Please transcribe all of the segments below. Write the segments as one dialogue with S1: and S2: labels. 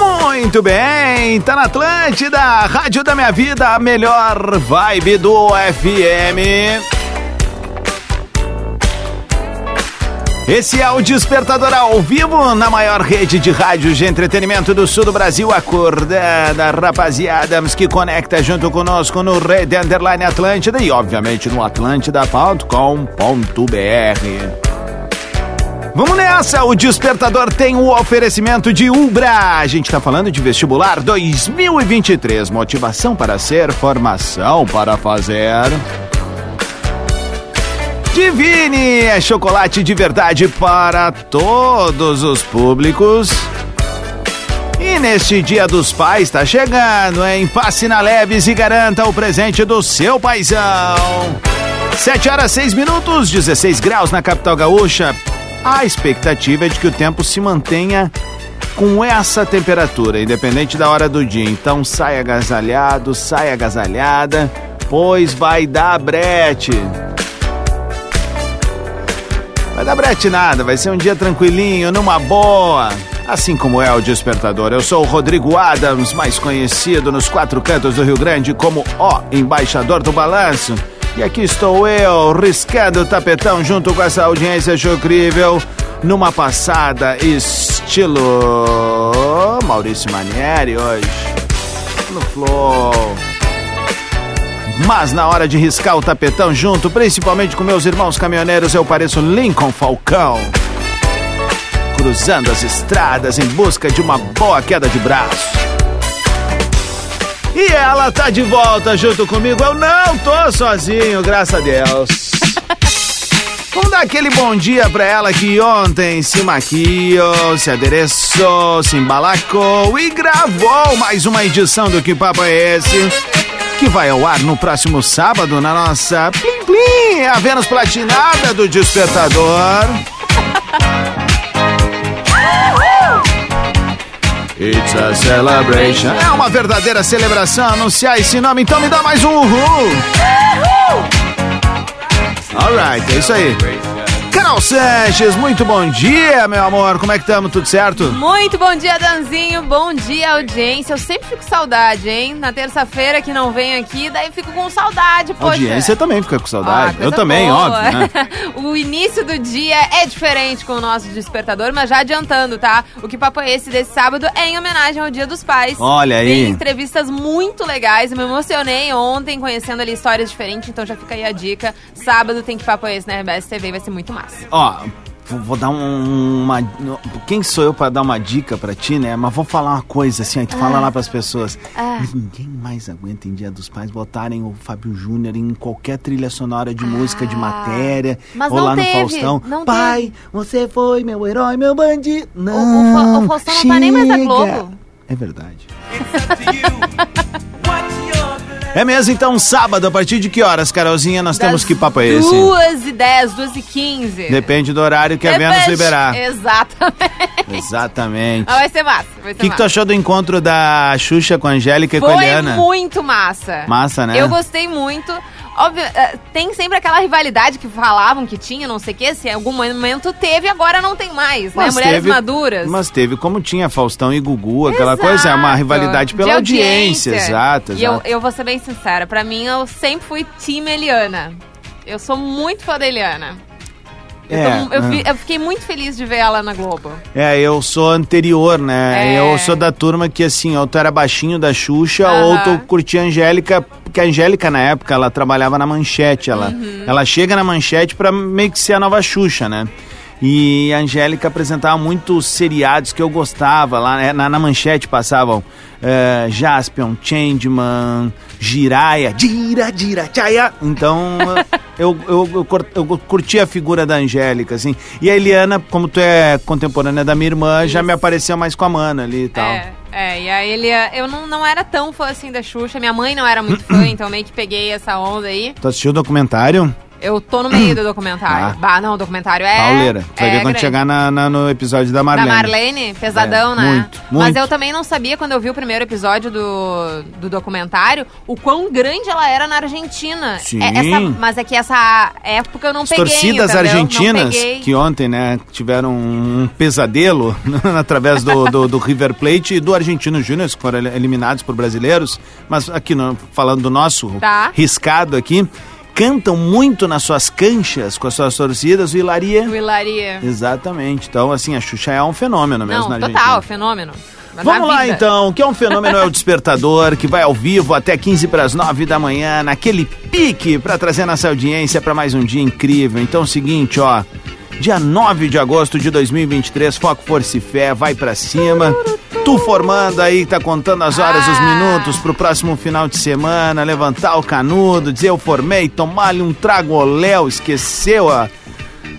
S1: Muito bem, tá na Atlântida, Rádio da Minha Vida, a melhor vibe do FM. Esse é o Despertador ao vivo na maior rede de rádios de entretenimento do sul do Brasil. Acordada, rapaziada, que conecta junto conosco no Rede Underline Atlântida e, obviamente, no atlântida.com.br. Vamos nessa! O Despertador tem o oferecimento de Ubra. A gente está falando de vestibular 2023. Motivação para ser, formação para fazer. Divine é chocolate de verdade para todos os públicos. E neste Dia dos Pais está chegando, hein? Passe na Leves e garanta o presente do seu paizão. 7 horas 6 minutos, 16 graus na capital gaúcha. A expectativa é de que o tempo se mantenha com essa temperatura, independente da hora do dia. Então sai agasalhado, sai agasalhada, pois vai dar brete. Vai dar brete nada, vai ser um dia tranquilinho, numa boa. Assim como é o Despertador, eu sou o Rodrigo Adams, mais conhecido nos quatro cantos do Rio Grande como o embaixador do balanço. E aqui estou eu, riscando o tapetão junto com essa audiência chocrível, numa passada estilo Maurício Manieri hoje, no Flow. Mas na hora de riscar o tapetão junto, principalmente com meus irmãos caminhoneiros, eu pareço Lincoln Falcão. Cruzando as estradas em busca de uma boa queda de braço. E ela tá de volta junto comigo. Eu não tô sozinho, graças a Deus. Vamos dar aquele bom dia pra ela que ontem se maquiou, se adereçou, se embalacou e gravou mais uma edição do Que Papo é Esse? Que vai ao ar no próximo sábado na nossa Plim Plim, a Vênus Platinada do Despertador. It's a celebration. É uma verdadeira celebração anunciar esse nome, então me dá mais um uhul. Alright, é isso aí. Carol Sanches, muito bom dia, meu amor. Como é que estamos? Tudo certo?
S2: Muito bom dia, Danzinho. Bom dia, audiência. Eu sempre fico com saudade, hein? Na terça-feira que não vem aqui, daí fico com saudade,
S1: A
S2: poxa.
S1: audiência também fica com
S2: Ah,
S1: saudade.
S2: coisa
S1: Eu também,
S2: boa.
S1: óbvio. Né?
S2: o início do dia é diferente com o nosso despertador, mas já adiantando, tá? O que papo é esse desse sábado é em homenagem ao Dia dos Pais.
S1: Olha aí.
S2: Tem entrevistas muito legais. Eu me emocionei ontem conhecendo ali histórias diferentes, então já fica aí a dica. Sábado tem que papo é esse na RBS TV, vai ser muito massa.
S1: Ó, vou vou dar um- uma. Quem sou eu pra dar uma dica pra ti, né? Mas vou falar uma coisa assim, aí tu fala lá pras pessoas.
S2: Ah.
S1: Ninguém mais aguenta em Dia dos Pais botarem o Fábio Júnior em qualquer trilha sonora de música, de
S2: Ah.
S1: matéria.
S2: Mas
S1: ou
S2: não
S1: lá no
S2: teve,
S1: Faustão.
S2: não
S1: Pai, você foi meu herói, meu bandido.
S2: o Fa-
S1: Não.
S2: o Faustão não tá nem mais na
S1: chega.
S2: Globo.
S1: É verdade. É mesmo, então, sábado, a partir de que horas, Carolzinha, nós temos que papo é esse?
S2: Duas e dez, duas e quinze.
S1: Depende do horário que a Vênus
S2: Depende.
S1: liberar.
S2: É Exatamente.
S1: Exatamente.
S2: Mas vai ser massa. Vai
S1: O
S2: ser
S1: que, que tu
S2: massa.
S1: achou do encontro da Xuxa com a Angélica e com a
S2: Foi
S1: Eliana?
S2: muito massa.
S1: Massa, né?
S2: Eu gostei muito. Óbvio, eh, tem sempre aquela rivalidade que falavam que tinha, não sei o quê. Se em algum momento teve, agora não tem mais, né?
S1: Mas
S2: Mulheres
S1: teve-
S2: maduras.
S1: Mas teve como tinha Faustão e Gugu, aquela coisa, é uma
S2: Exato.
S1: rivalidade pela
S2: De
S1: audiência. Exato,
S2: E eu,
S1: exato.
S2: eu vou ser bem sincera, pra mim eu sempre fui time Eliana. Eu sou muito fã da Eliana. Eu
S1: é,
S2: tô- eu,
S1: é.
S2: fi- eu fiquei muito feliz de ver ela na Globo.
S1: É, eu sou anterior, né?
S2: É.
S1: Eu sou da turma que, assim, ou tu era baixinho da Xuxa,
S2: Aham.
S1: ou tu curtia a Angélica, porque a Angélica, na época,
S2: Uhum.
S1: ela trabalhava na Manchete. Ela, ela chega na Manchete pra meio que ser a nova Xuxa, né?
S3: E a Angélica apresentava muitos seriados que eu gostava, lá né, na, na manchete passavam eh, Jaspion, Changeman, Jiraya, Jira, Jira, Jaya. Então eu, eu, eu, cur- eu curti a figura da Angélica, assim. E a Eliana, como tu é contemporânea da minha irmã, já me apareceu mais com a Mana ali e tal.
S2: É, é, e aí ele, eu não, não era tão fã assim da Xuxa, minha mãe não era muito fã, então meio que peguei essa onda aí.
S3: Tu assistiu o documentário?
S2: Eu tô no meio do documentário.
S3: Ah.
S2: Bah, não, o documentário é.
S3: Pauleira. Tu vai
S2: é
S3: ver quando
S2: grande.
S3: chegar na- na- no episódio da Marlene.
S2: Da Marlene, pesadão,
S3: É,
S2: né?
S3: muito,
S2: Mas
S3: muito.
S2: eu também não sabia, quando eu vi o primeiro episódio do, do documentário, o quão grande ela era na Argentina.
S3: Sim.
S2: É, essa- mas é que essa época eu não
S3: As
S2: peguei,
S3: torcidas
S2: entendeu? não
S3: argentinas,
S2: peguei.
S3: que ontem né, tiveram um pesadelo através do, do, do River Plate e do Argentino Júnior, que foram el- eliminados por brasileiros, mas aqui no- falando do nosso
S2: Tá.
S3: riscado aqui, cantam muito nas suas canchas com as suas torcidas, o Hilaria.
S2: Vilaria.
S3: Exatamente. Então, assim, a Xuxa é um fenômeno mesmo
S2: Não,
S3: na Argentina.
S2: total, fenômeno. Mas na
S3: Vamos lá
S2: vida.
S3: então, que é um fenômeno é o despertador, que vai ao vivo até 15 para as 9 da manhã, naquele pique para trazer nossa audiência para mais um dia incrível. Então é o seguinte, ó, dia 9 de agosto de 2023, Foco Força e Fé, vai para cima. Tu formando aí, tá contando as horas, os
S2: Ah.
S3: minutos pro próximo final de semana, levantar o canudo, dizer eu formei, tomar-lhe um trago ao léu, esqueceu a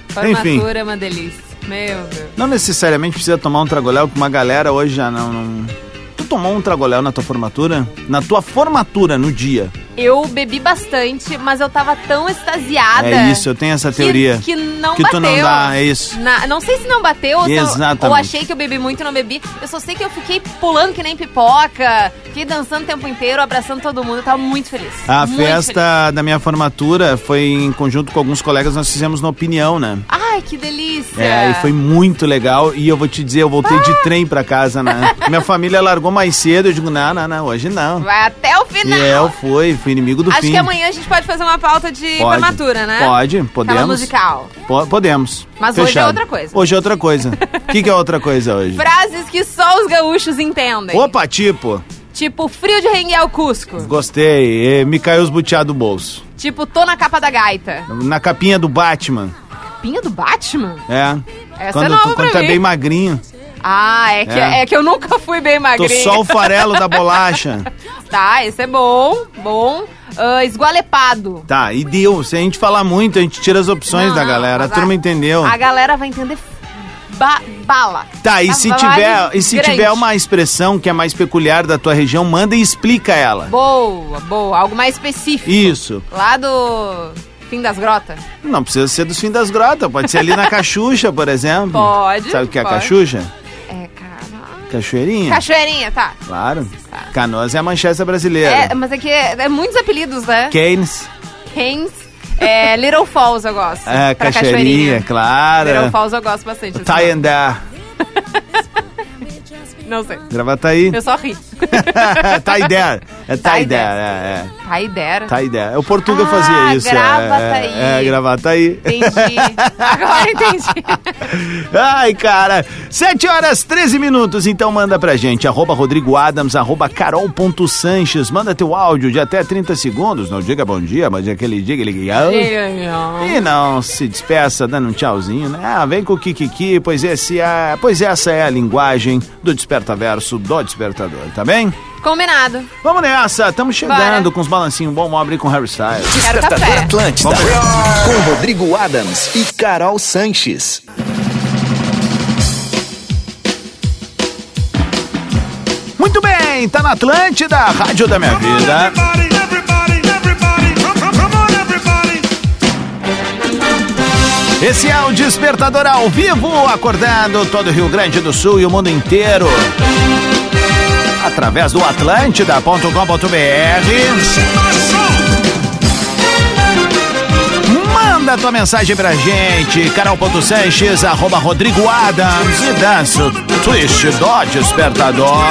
S2: Formatura é uma delícia. Meu Deus.
S3: não necessariamente precisa tomar um tragoléu, porque uma galera hoje já não. não- Tu tomou um tragoléu na tua formatura? Na tua formatura, no dia.
S2: Eu bebi bastante, mas eu tava tão extasiada.
S3: É isso, eu tenho essa teoria.
S2: Que, que não
S3: Que tu
S2: bateu.
S3: não dá, é isso.
S2: Na- não sei se não bateu ou, se eu-
S3: Exatamente.
S2: ou achei que eu bebi muito e não bebi. Eu só sei que eu fiquei pulando que nem pipoca, fiquei dançando o tempo inteiro, abraçando todo mundo. Eu tava muito feliz.
S3: A
S2: muito feliz.
S3: festa da minha formatura foi em conjunto com alguns colegas, nós fizemos na opinião, né?
S2: Ai, que delícia.
S3: É, e foi muito legal. E eu vou te dizer, eu voltei
S2: Ah!
S3: de trem pra casa, né? Minha família largou mais cedo. Eu digo, não, não, não, hoje não.
S2: Vai até o
S3: E
S2: final.
S3: eu fui, fui inimigo do
S2: Acho
S3: fim.
S2: que amanhã a gente pode fazer uma pauta de
S3: Pode.
S2: formatura, né?
S3: Pode,
S2: Aquela
S3: podemos.
S2: musical.
S3: Po- podemos.
S2: Mas hoje é
S3: Fechado.
S2: outra coisa.
S3: Hoje é outra coisa. O que, que é outra coisa hoje?
S2: Frases que só os gaúchos entendem.
S3: Opa, tipo,
S2: Tipo, frio de rengue ao Cusco.
S3: gostei. eh, Me caiu os butiá do bolso.
S2: Tipo, tô na capa da gaita.
S3: Na capinha do Batman.
S2: Pinha do Batman?
S3: É.
S2: Essa
S3: quando
S2: é nova
S3: tu,
S2: pra
S3: quando tu é
S2: mim.
S3: bem magrinho.
S2: Ah, é que,
S3: É.
S2: é. que eu nunca fui bem
S3: Tô
S2: magrinha.
S3: só o farelo da bolacha.
S2: Tá, esse é bom, bom. Ah, esgualepado.
S3: Tá, e deu. Se a gente falar muito, a gente tira as opções
S2: Não,
S3: da
S2: não,
S3: galera. A
S2: mas
S3: turma entendeu.
S2: A galera vai entender ba- bala.
S3: Tá, e
S2: Ba-
S3: se
S2: bala
S3: tiver, e se
S2: é grande.
S3: tiver uma expressão que é mais peculiar da tua região, manda e explica ela.
S2: Boa, boa. Algo mais específico.
S3: Isso.
S2: Lá do fim das grotas.
S3: Não precisa ser dos fim das grotas, pode ser ali na Cachucha, por exemplo.
S2: Pode,
S3: Sabe o que é
S2: pode.
S3: Cachucha?
S2: É, cara.
S3: Cachoeirinha.
S2: Cachoeirinha, tá.
S3: Claro. Canoas é a Manchester
S2: É,
S3: brasileira.
S2: mas é que é, é muitos apelidos, né?
S3: Keynes,
S2: Keynes, é, Little Falls eu gosto.
S3: é,
S2: Pra
S3: Cachoeirinha,
S2: Little
S3: claro. Tá
S2: Falls eu gosto bastante. assim,
S3: Taiandá,
S2: Não sei.
S3: Gravataí.
S2: Eu só ri.
S3: Taidé. Tá É Taidé, é, é.
S2: Ai, dera.
S3: Taidé. É o Portuga
S2: Tá Ah,
S3: fazia isso. é,
S2: Gravataí.
S3: É, é, Gravataí.
S2: Entendi. Agora entendi.
S3: Ai, cara. 7 horas 13 minutos, então manda pra gente. Arroba Rodrigo Adams, arroba Carol.Sanches. Manda teu áudio de até 30 segundos. Não diga bom dia, mas é aquele diga legal. E não se despeça dando um tchauzinho, né? Ah, vem com o Kikiki, pois, esse é, pois essa é a linguagem do despertaverso do despertador, tá bem?
S2: Combinado.
S3: Vamos nessa, estamos chegando
S2: Bora.
S3: com os balancinhos bom mobre com Harry Styles.
S2: Quero
S1: Despertador
S2: café.
S1: Atlântida. Com Rodrigo Adams e Carol Sanches.
S3: Muito bem, tá na Atlântida, Rádio da Minha Vida. Esse é o Despertador ao vivo, acordando todo o Rio Grande do Sul e o mundo inteiro. Através do atlântida.com.br. Manda tua mensagem pra gente, carol.sanches, arroba Rodrigo Adams e dança o twist do despertador.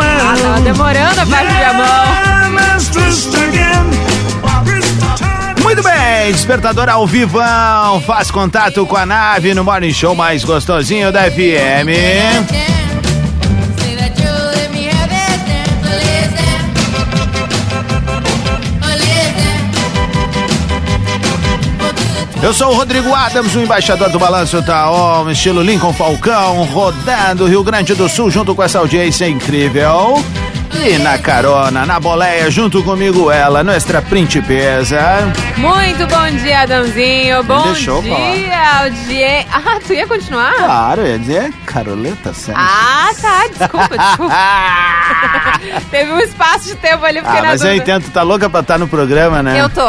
S2: Ah, tava demorando a parte de a mão.
S3: Muito bem, bem, despertador ao vivão. Faz contato com a nave no Morning Show mais gostosinho da FM. Eu sou o Rodrigo Adams, o embaixador do Balanço Tá On, estilo Lincoln Falcão, rodando o Rio Grande do Sul junto com essa audiência incrível. E na carona, na boleia, junto comigo ela, nuestra principesa.
S2: Muito bom dia, Adãozinho. Bom
S3: deixou
S2: dia, Aldier. Ah, tu ia continuar?
S3: Claro, eu ia dizer "É, Caroleta Sanches.
S2: Ah, tá. Desculpa, desculpa. Teve um espaço de tempo ali, fiquei
S3: Ah,
S2: na
S3: mas eu
S2: dúvida.
S3: entendo, tu tá louca pra estar no programa, né?
S2: Eu tô.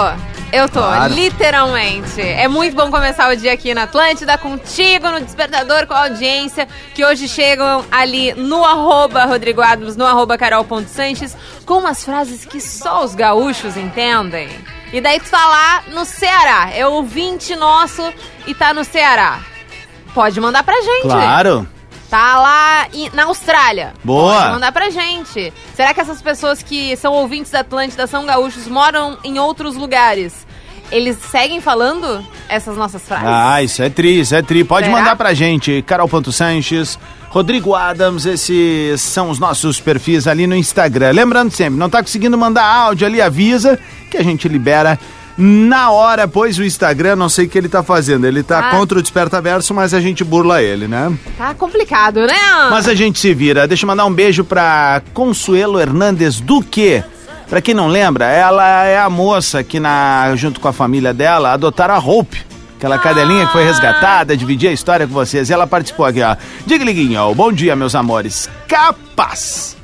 S2: Eu tô,
S3: Claro.
S2: literalmente. É muito bom começar o dia aqui na Atlântida, contigo, no Despertador, com a audiência, que hoje chegam ali no arroba Rodrigo Adams, no arroba carol.sanches, com umas frases que só os gaúchos entendem. E daí tu falar no Ceará. É ouvinte nosso e tá no Ceará. Pode mandar pra gente.
S3: Claro.
S2: Tá lá em- na Austrália.
S3: Boa.
S2: Pode mandar pra gente. Será que essas pessoas que são ouvintes da Atlântida, são gaúchos, moram em outros lugares? Eles seguem falando essas nossas frases?
S3: Ah, isso é tri, isso é tri. Pode
S2: Será?
S3: mandar pra gente, Carol.Sanches, Rodrigo Adams, esses são os nossos perfis ali no Instagram. Lembrando sempre, não tá conseguindo mandar áudio ali, avisa que a gente libera na hora, pois o Instagram, não sei o que ele tá fazendo. Ele tá
S2: Ah.
S3: contra o Desperta Verso, mas a gente burla ele, né?
S2: Tá complicado, né?
S3: Mas a gente se vira. Deixa eu mandar um beijo pra Consuelo Hernandes Duque. Pra quem não lembra, ela é a moça que, na, junto com a família dela, adotaram a Hope. Aquela cadelinha que foi resgatada, dividi a história com vocês. E ela participou aqui, ó. Diga, Liguinho, bom dia, meus amores. Capaz!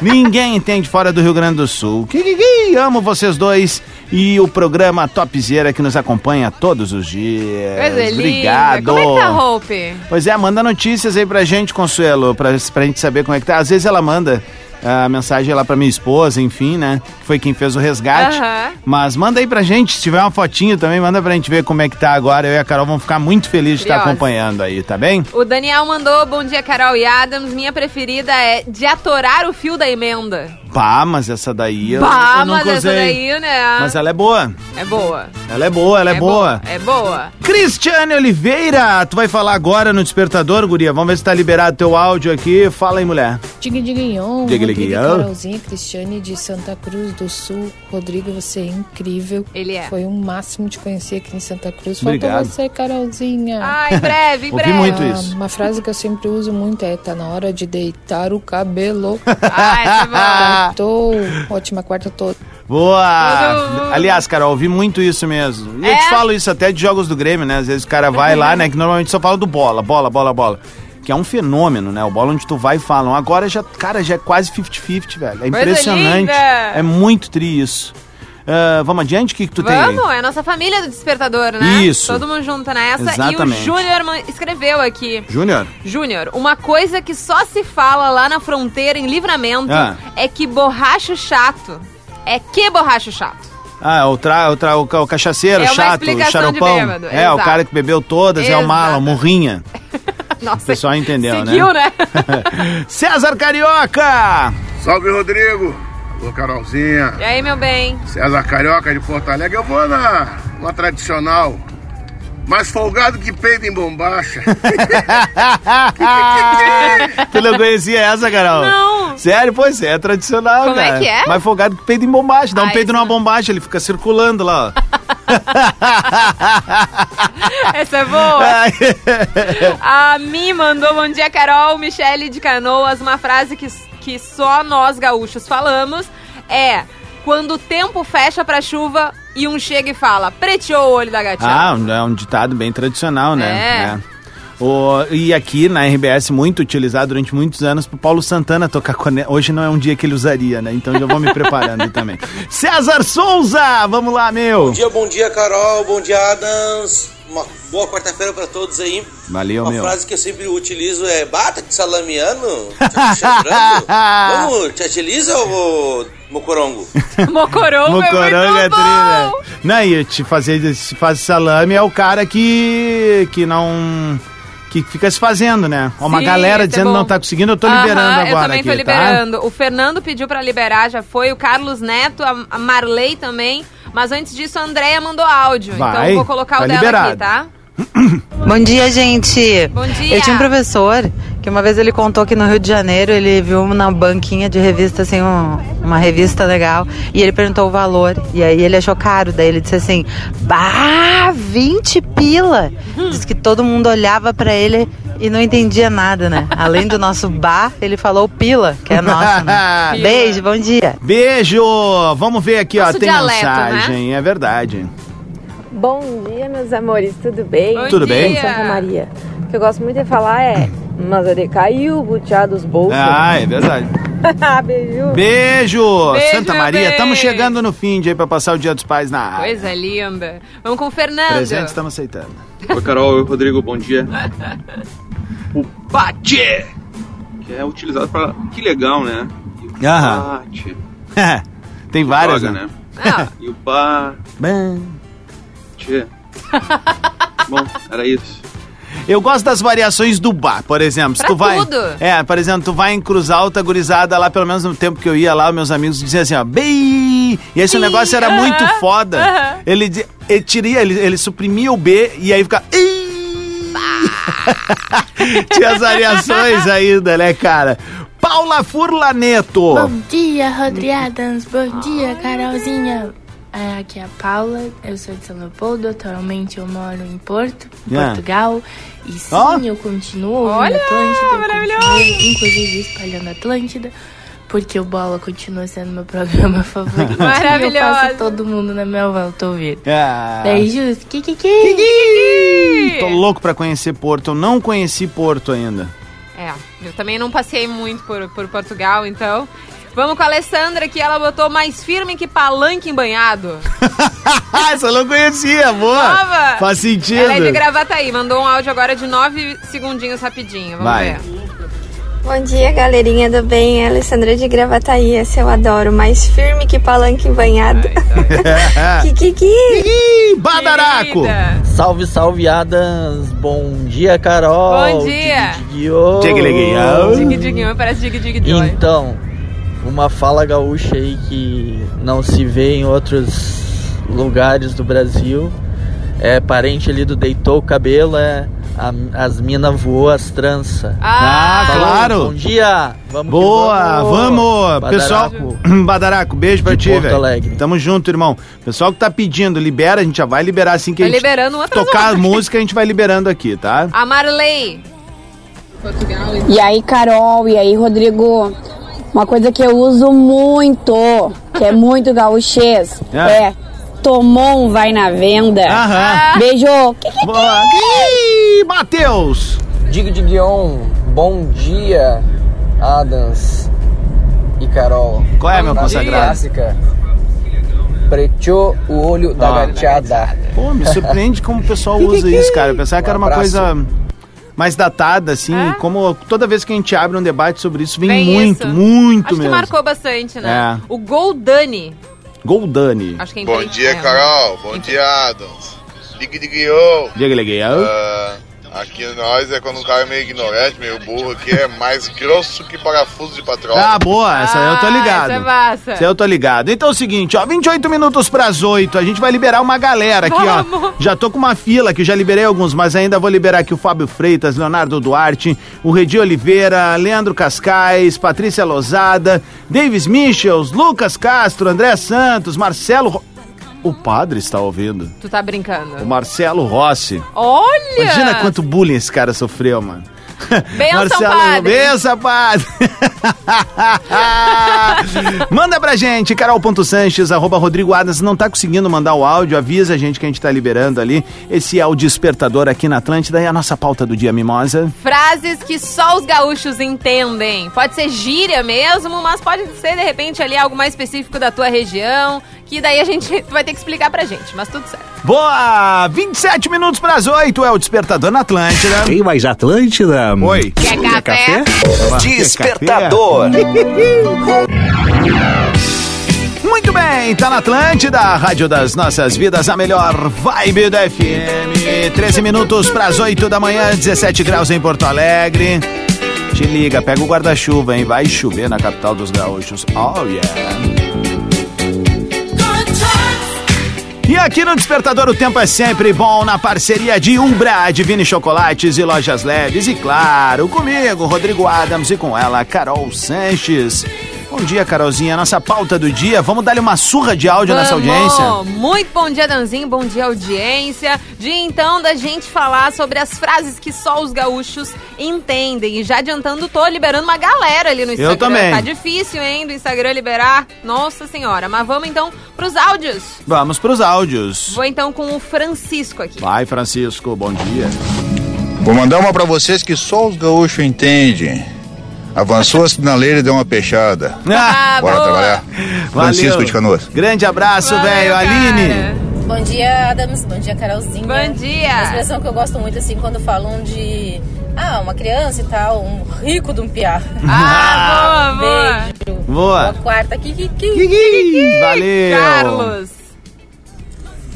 S3: Ninguém entende fora do Rio Grande do Sul. Que, que, que, amo vocês dois e o programa Topzera que nos acompanha todos os dias.
S2: Coisa linda.
S3: Obrigado.
S2: Como é que tá a Hope?
S3: Pois é, manda notícias aí pra gente, Consuelo, pra, pra gente saber como é que tá. Às vezes ela manda a mensagem lá pra minha esposa, enfim, né? Que foi quem fez o resgate.
S2: Aham.
S3: Mas manda aí pra gente, se tiver uma fotinho também, manda pra gente ver como é que tá agora. Eu e a Carol vamos ficar muito felizes de estar
S2: Curiosa.
S3: acompanhando aí, tá bem?
S2: O Daniel mandou, bom dia, Carol e Adams. Minha preferida é de atorar o fio da emenda.
S3: Pá, mas essa daí eu,
S2: Bah,
S3: eu nunca
S2: mas essa
S3: usei.
S2: daí, né?
S3: Mas ela é boa.
S2: É boa.
S3: Ela é boa, ela é, boa.
S2: É boa.
S3: Cristiane Oliveira, tu vai falar agora no Despertador, guria. Vamos ver se tá liberado teu áudio aqui. Fala aí, mulher.
S4: Diga, diga, Ion.
S3: Diga, diga,
S4: Rodrigo e
S3: Ion.
S4: Carolzinha Cristiane de Santa Cruz do Sul. Rodrigo, você é incrível.
S2: Ele é.
S4: Foi um máximo te conhecer aqui em Santa Cruz. Faltou
S3: Obrigado.
S4: você, Carolzinha. Ah,
S2: Ah, em breve, em
S3: Ouvi
S2: breve.
S3: muito isso.
S4: Uma frase que eu sempre uso muito é: tá na hora de deitar o cabelo.
S2: Ah, essa é boa.
S4: Tô. Ótima quarta toda.
S3: Boa!
S2: Tudo.
S3: Aliás, Carol, ouvi muito isso mesmo. E Eu
S2: É?
S3: te falo isso até de jogos do Grêmio, né? Às vezes o cara vai lá, né? Que normalmente só fala do bola, bola, bola, bola. Que é um fenômeno, né? O bola onde tu vai e falam. Agora já, cara, já é quase 50-50, velho. É impressionante.
S2: linda!
S3: É muito tri isso. Ah, vamos adiante? O que, que tu tem?
S2: Vamos, é a nossa família do Despertador, né?
S3: Isso.
S2: Todo mundo junto nessa.
S3: Exatamente.
S2: E o Júnior ma- escreveu aqui.
S3: Júnior.
S2: Júnior, uma coisa que só se fala lá na fronteira, em livramento,
S3: Ah.
S2: é que borracho chato. É que borracho chato.
S3: Ah, o, tra, o, tra, o, ca- o cachaceiro,
S2: É uma
S3: chato, o
S2: explicação de
S3: xaropão.
S2: bêbado,
S3: é, o
S2: exato.
S3: cara que bebeu todas, é o mala,
S2: Exato.
S3: o murrinha.
S2: Nossa,
S3: O pessoal entendeu, né?
S2: seguiu, né?
S3: César Carioca!
S5: Salve, Rodrigo! Alô, Carolzinha!
S2: e aí, meu bem?
S5: César Carioca de Porto Alegre. Eu vou na uma tradicional. Mais folgado que peido em bombacha.
S3: Tu não conhecia essa, Carol?
S2: Não.
S3: Sério? Pois é, é tradicional,
S2: Como é
S3: cara.
S2: que é?
S3: Mais folgado que peido em bombacha. Dá um
S2: Ah,
S3: peido
S2: isso
S3: numa
S2: não.
S3: bombacha, ele fica circulando lá, ó.
S2: Essa é boa.
S3: É.
S2: A Mi mandou bom dia, Carol. Michele de Canoas, uma frase que, que só nós gaúchos falamos é quando o tempo fecha pra chuva e um chega e fala, preteou o olho da gatinha.
S3: ah, um- é um ditado bem tradicional, né?
S2: É.
S3: O- e aqui na RBS, muito utilizado durante muitos anos pro Paulo Santana tocar corneta. Hoje não é um dia que ele usaria, né? Então já vou me preparando também. César Souza, vamos lá, meu.
S6: Bom dia, bom dia, Carol. Bom dia, Adams. Uma boa quarta-feira pra todos aí.
S3: Valeu,
S6: Uma
S3: meu.
S6: frase que eu sempre utilizo é: Bata de salamiano. Tá te chamando? Vamos, te agiliza, ô Mocorongo.
S3: Mocorongo
S2: Mocorongo, é muito
S3: é tri, né?
S2: bom.
S3: Não, e te fazer se faz salame é o cara que que não que fica se fazendo, né? Ó, uma
S2: Sim,
S3: galera
S2: isso é
S3: dizendo
S2: bom.
S3: não tá conseguindo, eu tô
S2: Aham,
S3: liberando agora.
S2: Eu também
S3: aqui,
S2: tô
S3: tá?
S2: liberando. O Fernando pediu pra liberar, já foi. O Carlos Neto, a a Marley também. Mas antes disso, a Andrea mandou áudio. então
S3: Vai,
S2: eu vou colocar
S3: tá
S2: o dela
S3: liberado.
S2: aqui, tá?
S7: Bom dia, gente.
S2: Bom dia.
S7: Eu tinha um professor que uma vez ele contou que no Rio de Janeiro ele viu na banquinha de revista, assim, um- uma revista legal, e ele perguntou o valor. E aí ele achou caro. Daí ele disse assim: Bah, 20 pila! Diz que todo mundo olhava pra ele e não entendia nada, né? Além do nosso bah, ele falou pila, que é nosso. Né?
S2: Pila.
S7: Beijo, bom dia.
S3: Beijo! Vamos ver aqui, ó.
S2: Nosso
S3: Tem
S2: dialeto, né?
S3: mensagem, é verdade.
S8: Bom dia, meus amores, tudo bem?
S2: Bom
S3: Tudo bem?
S2: dia.
S8: Santa Maria. O que eu gosto muito de falar é. Mazaré caiu, buteado os bolsos.
S3: Ah, é verdade.
S8: Beijo.
S3: Beijo!
S2: Beijo,
S3: Santa
S2: meu
S3: Maria,
S2: bem.
S3: estamos chegando no fim de aí pra passar o Dia dos Pais na área.
S2: Coisa é, linda. Vamos com o Fernando.
S3: Presente, estamos aceitando.
S9: Oi, Carol. Oi, Rodrigo. Bom dia. O bate! Que é utilizado para... Que legal, né? E o
S3: Aham.
S9: bate.
S3: Tem várias,
S9: Droga,
S3: né?
S9: né?
S2: Ah,
S9: E o bate.
S3: Bem.
S9: Bom, era isso.
S3: Eu gosto das variações do bar, por exemplo. Se
S2: Pra
S3: tu vai,
S2: tudo.
S3: É, por exemplo, tu vai em Cruz Alta, gurizada lá, pelo menos no tempo que eu ia lá, meus amigos diziam assim, ó, BEI! E esse
S2: Bi,
S3: negócio era
S2: aham,
S3: muito foda.
S2: aham.
S3: Ele, di- ele tiria, ele, ele suprimia o B e aí fica. "Ei". Tinha as variações ainda, né, cara? Paula Furlaneto.
S10: Bom dia, Rodri Adams. Bom dia, Carolzinha. É, aqui é a Paula, eu sou de São Leopoldo, atualmente eu moro em Porto,
S3: Yeah.
S10: Portugal. E sim,
S3: Ó.
S10: eu continuo ouvindo
S2: Olha,
S10: Atlântida, eu
S2: maravilhoso.
S10: continuo, inclusive espalhando Atlântida, porque o Bola continua sendo meu programa favorito. E eu
S2: Maravilhosa.
S10: faço todo mundo na minha volta ouvir.
S3: Ah.
S10: Beijos, kikiki!
S3: Tô louco pra conhecer Porto. Eu não conheci Porto ainda.
S2: É, eu também não passei muito por, por Portugal, então. Vamos com a Alessandra, que ela botou mais firme que palanque em banhado.
S3: Ah, essa eu não conhecia, boa.
S2: Nova.
S3: Faz sentido.
S2: Ela é de Gravataí, mandou um áudio agora de nove segundinhos rapidinho. Vamos
S3: Vai.
S2: ver.
S8: Bom dia, galerinha do bem. É Alessandra de Gravataí, essa eu adoro. Mais firme que palanque banhado. Kikiki!
S3: É. Ih, badaraco.
S2: Querida.
S11: Salve, salve, Adams! Bom dia, Carol!
S2: Bom dia.
S11: Digui-digui-ô.
S2: Dig dig, um, parece dig dig joy.
S11: Então, uma fala gaúcha aí que não se vê em outros lugares do Brasil. É parente ali do deitou o cabelo, é a- as mina voou as tranças.
S3: Ah,
S2: tá
S3: claro.
S11: Bom dia! Vamos que
S3: Boa, vamos! Pessoal,
S11: Badaraco.
S3: Badaraco, beijo pra
S11: De
S3: ti,
S11: Porto
S3: velho.
S11: Alegre.
S3: Tamo junto, irmão. Pessoal que tá pedindo, libera, a gente já vai liberar assim que
S2: Vai
S3: a gente
S2: Tá liberando uma atrás da
S3: tocar a música, a gente vai liberando aqui, tá?
S2: A Marley.
S8: E aí, Carol? E aí, Rodrigo? Uma coisa que eu uso muito, que é muito gauchês,
S3: Ah.
S8: é tomou um vai na venda.
S2: Ah,
S3: Aham.
S8: Beijo!
S3: Boa. Ih, Matheus!
S11: Digo de Guion, bom dia, Adams e Carol.
S3: Qual é, meu
S11: Na
S3: consagrado?
S11: clássica, preteou o olho da
S3: Ah.
S11: gateada.
S3: Pô, me surpreende como o pessoal usa isso, cara. Eu pensava que
S11: Um
S3: era uma
S11: abraço.
S3: coisa mais datada, assim,
S2: É?
S3: como toda vez que a gente abre um debate sobre isso, vem,
S2: Vem
S3: muito,
S2: isso.
S3: muito
S2: Acho que
S3: mesmo.
S2: marcou bastante, né?
S3: É.
S2: O Goldani.
S3: Goldani.
S2: Acho que é
S12: Bom
S2: empre-
S12: dia,
S2: é.
S12: Carol. Bom dia, Adams. Dig dig yo.
S3: Diga, legal.
S12: Ah, aqui nós é quando um cara é meio ignorante, meio burro, que é mais grosso que parafuso de patroa.
S3: Ah, boa, essa aí eu tô
S2: Ah,
S3: ligado.
S2: essa é massa.
S3: Isso aí eu tô ligado. Então é o seguinte, ó, 28 minutos pras 8. A gente vai liberar uma galera aqui, ó.
S2: Vamos.
S3: Já tô com uma fila que já liberei alguns, mas ainda vou liberar aqui o Fábio Freitas, Leonardo Duarte, o Redi Oliveira, Leandro Cascais, Patrícia Lozada, Davis Michels, Lucas Castro, André Santos, Marcelo. Ro- O padre está ouvindo.
S2: Tu tá
S3: O
S2: brincando.
S3: Marcelo Rossi.
S2: Olha!
S3: Imagina quanto bullying esse cara sofreu, mano.
S2: Benção, padre.
S3: Benção, padre. Manda pra gente, carol.sanches, arroba Rodrigo Adams. Não tá conseguindo mandar o áudio, avisa a gente que a gente tá liberando ali. Esse é o Despertador aqui na Atlântida e a nossa pauta do dia, Mimosa.
S2: Frases que só os gaúchos entendem. Pode ser gíria mesmo, mas pode ser, de repente, ali algo mais específico da tua região, que daí a gente tu vai ter que explicar pra gente, mas tudo certo.
S3: Boa! 27 minutos pras 8 é o Despertador na Atlântida.
S13: Tem mais Atlântida?
S3: Oi.
S2: Quer café?
S1: Despertador.
S3: Muito bem, tá na Atlântida, a rádio das nossas vidas, a melhor vibe da FM. 13 minutos para as 8 da manhã, 17 graus em Porto Alegre. Te liga, pega o guarda-chuva, hein? Vai chover na capital dos gaúchos. Oh yeah. E aqui no Despertador o tempo é sempre bom na parceria de Umbra, Divine Chocolates e Lojas Leves. E claro, comigo, Rodrigo Adams e com ela, Carol Sanches. Bom dia, Carolzinha. Nossa pauta do dia. Vamos dar-lhe uma surra de áudio nessa
S2: Vamos!
S3: audiência?
S2: Muito bom dia, Danzinho. Bom dia, audiência. Dia então da gente falar sobre as frases que só os gaúchos entendem. E já adiantando, tô liberando uma galera ali no
S3: Eu
S2: Instagram.
S3: também.
S2: Tá difícil, hein, do Instagram liberar. Nossa senhora. Mas vamos então pros áudios.
S3: Vamos pros áudios.
S2: Vou então com o Francisco aqui.
S3: Vai, Francisco. Bom dia.
S14: Vou mandar uma pra vocês que só os gaúchos entendem. Avançou a sinaleira e deu uma peixada.
S3: Ah,
S2: Tá
S14: Bora
S3: boa.
S14: trabalhar. Francisco
S3: Valeu.
S14: de Canoas.
S3: Grande abraço, velho. Aline.
S15: Bom dia, Adams. Bom dia, Carolzinha.
S2: Bom dia.
S15: Uma expressão que eu gosto muito, assim, quando falam de... Ah, uma criança e tal, um rico de um piá.
S3: Ah,
S2: boa,
S15: Beijo.
S3: Boa.
S15: Boa quarta. Kiki.
S3: Valeu.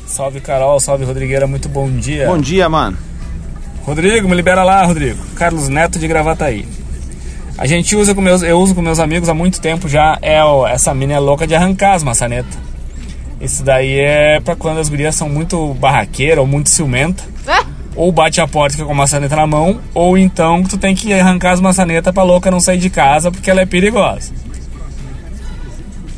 S16: Salve Carol, salve Rodrigueira, muito bom dia.
S3: Bom dia, mano.
S16: Rodrigo, me libera lá, Rodrigo. Carlos Neto de Gravataí. A gente usa com meus, eu uso com meus amigos há muito tempo já. É, ó, essa mina é louca de arrancar as maçanetas. Isso daí é pra quando as gurias são muito barraqueira ou muito ciumenta. Ou bate a porta e fica com a maçaneta na mão, ou então tu tem que arrancar as maçanetas pra louca não sair de casa porque ela é perigosa.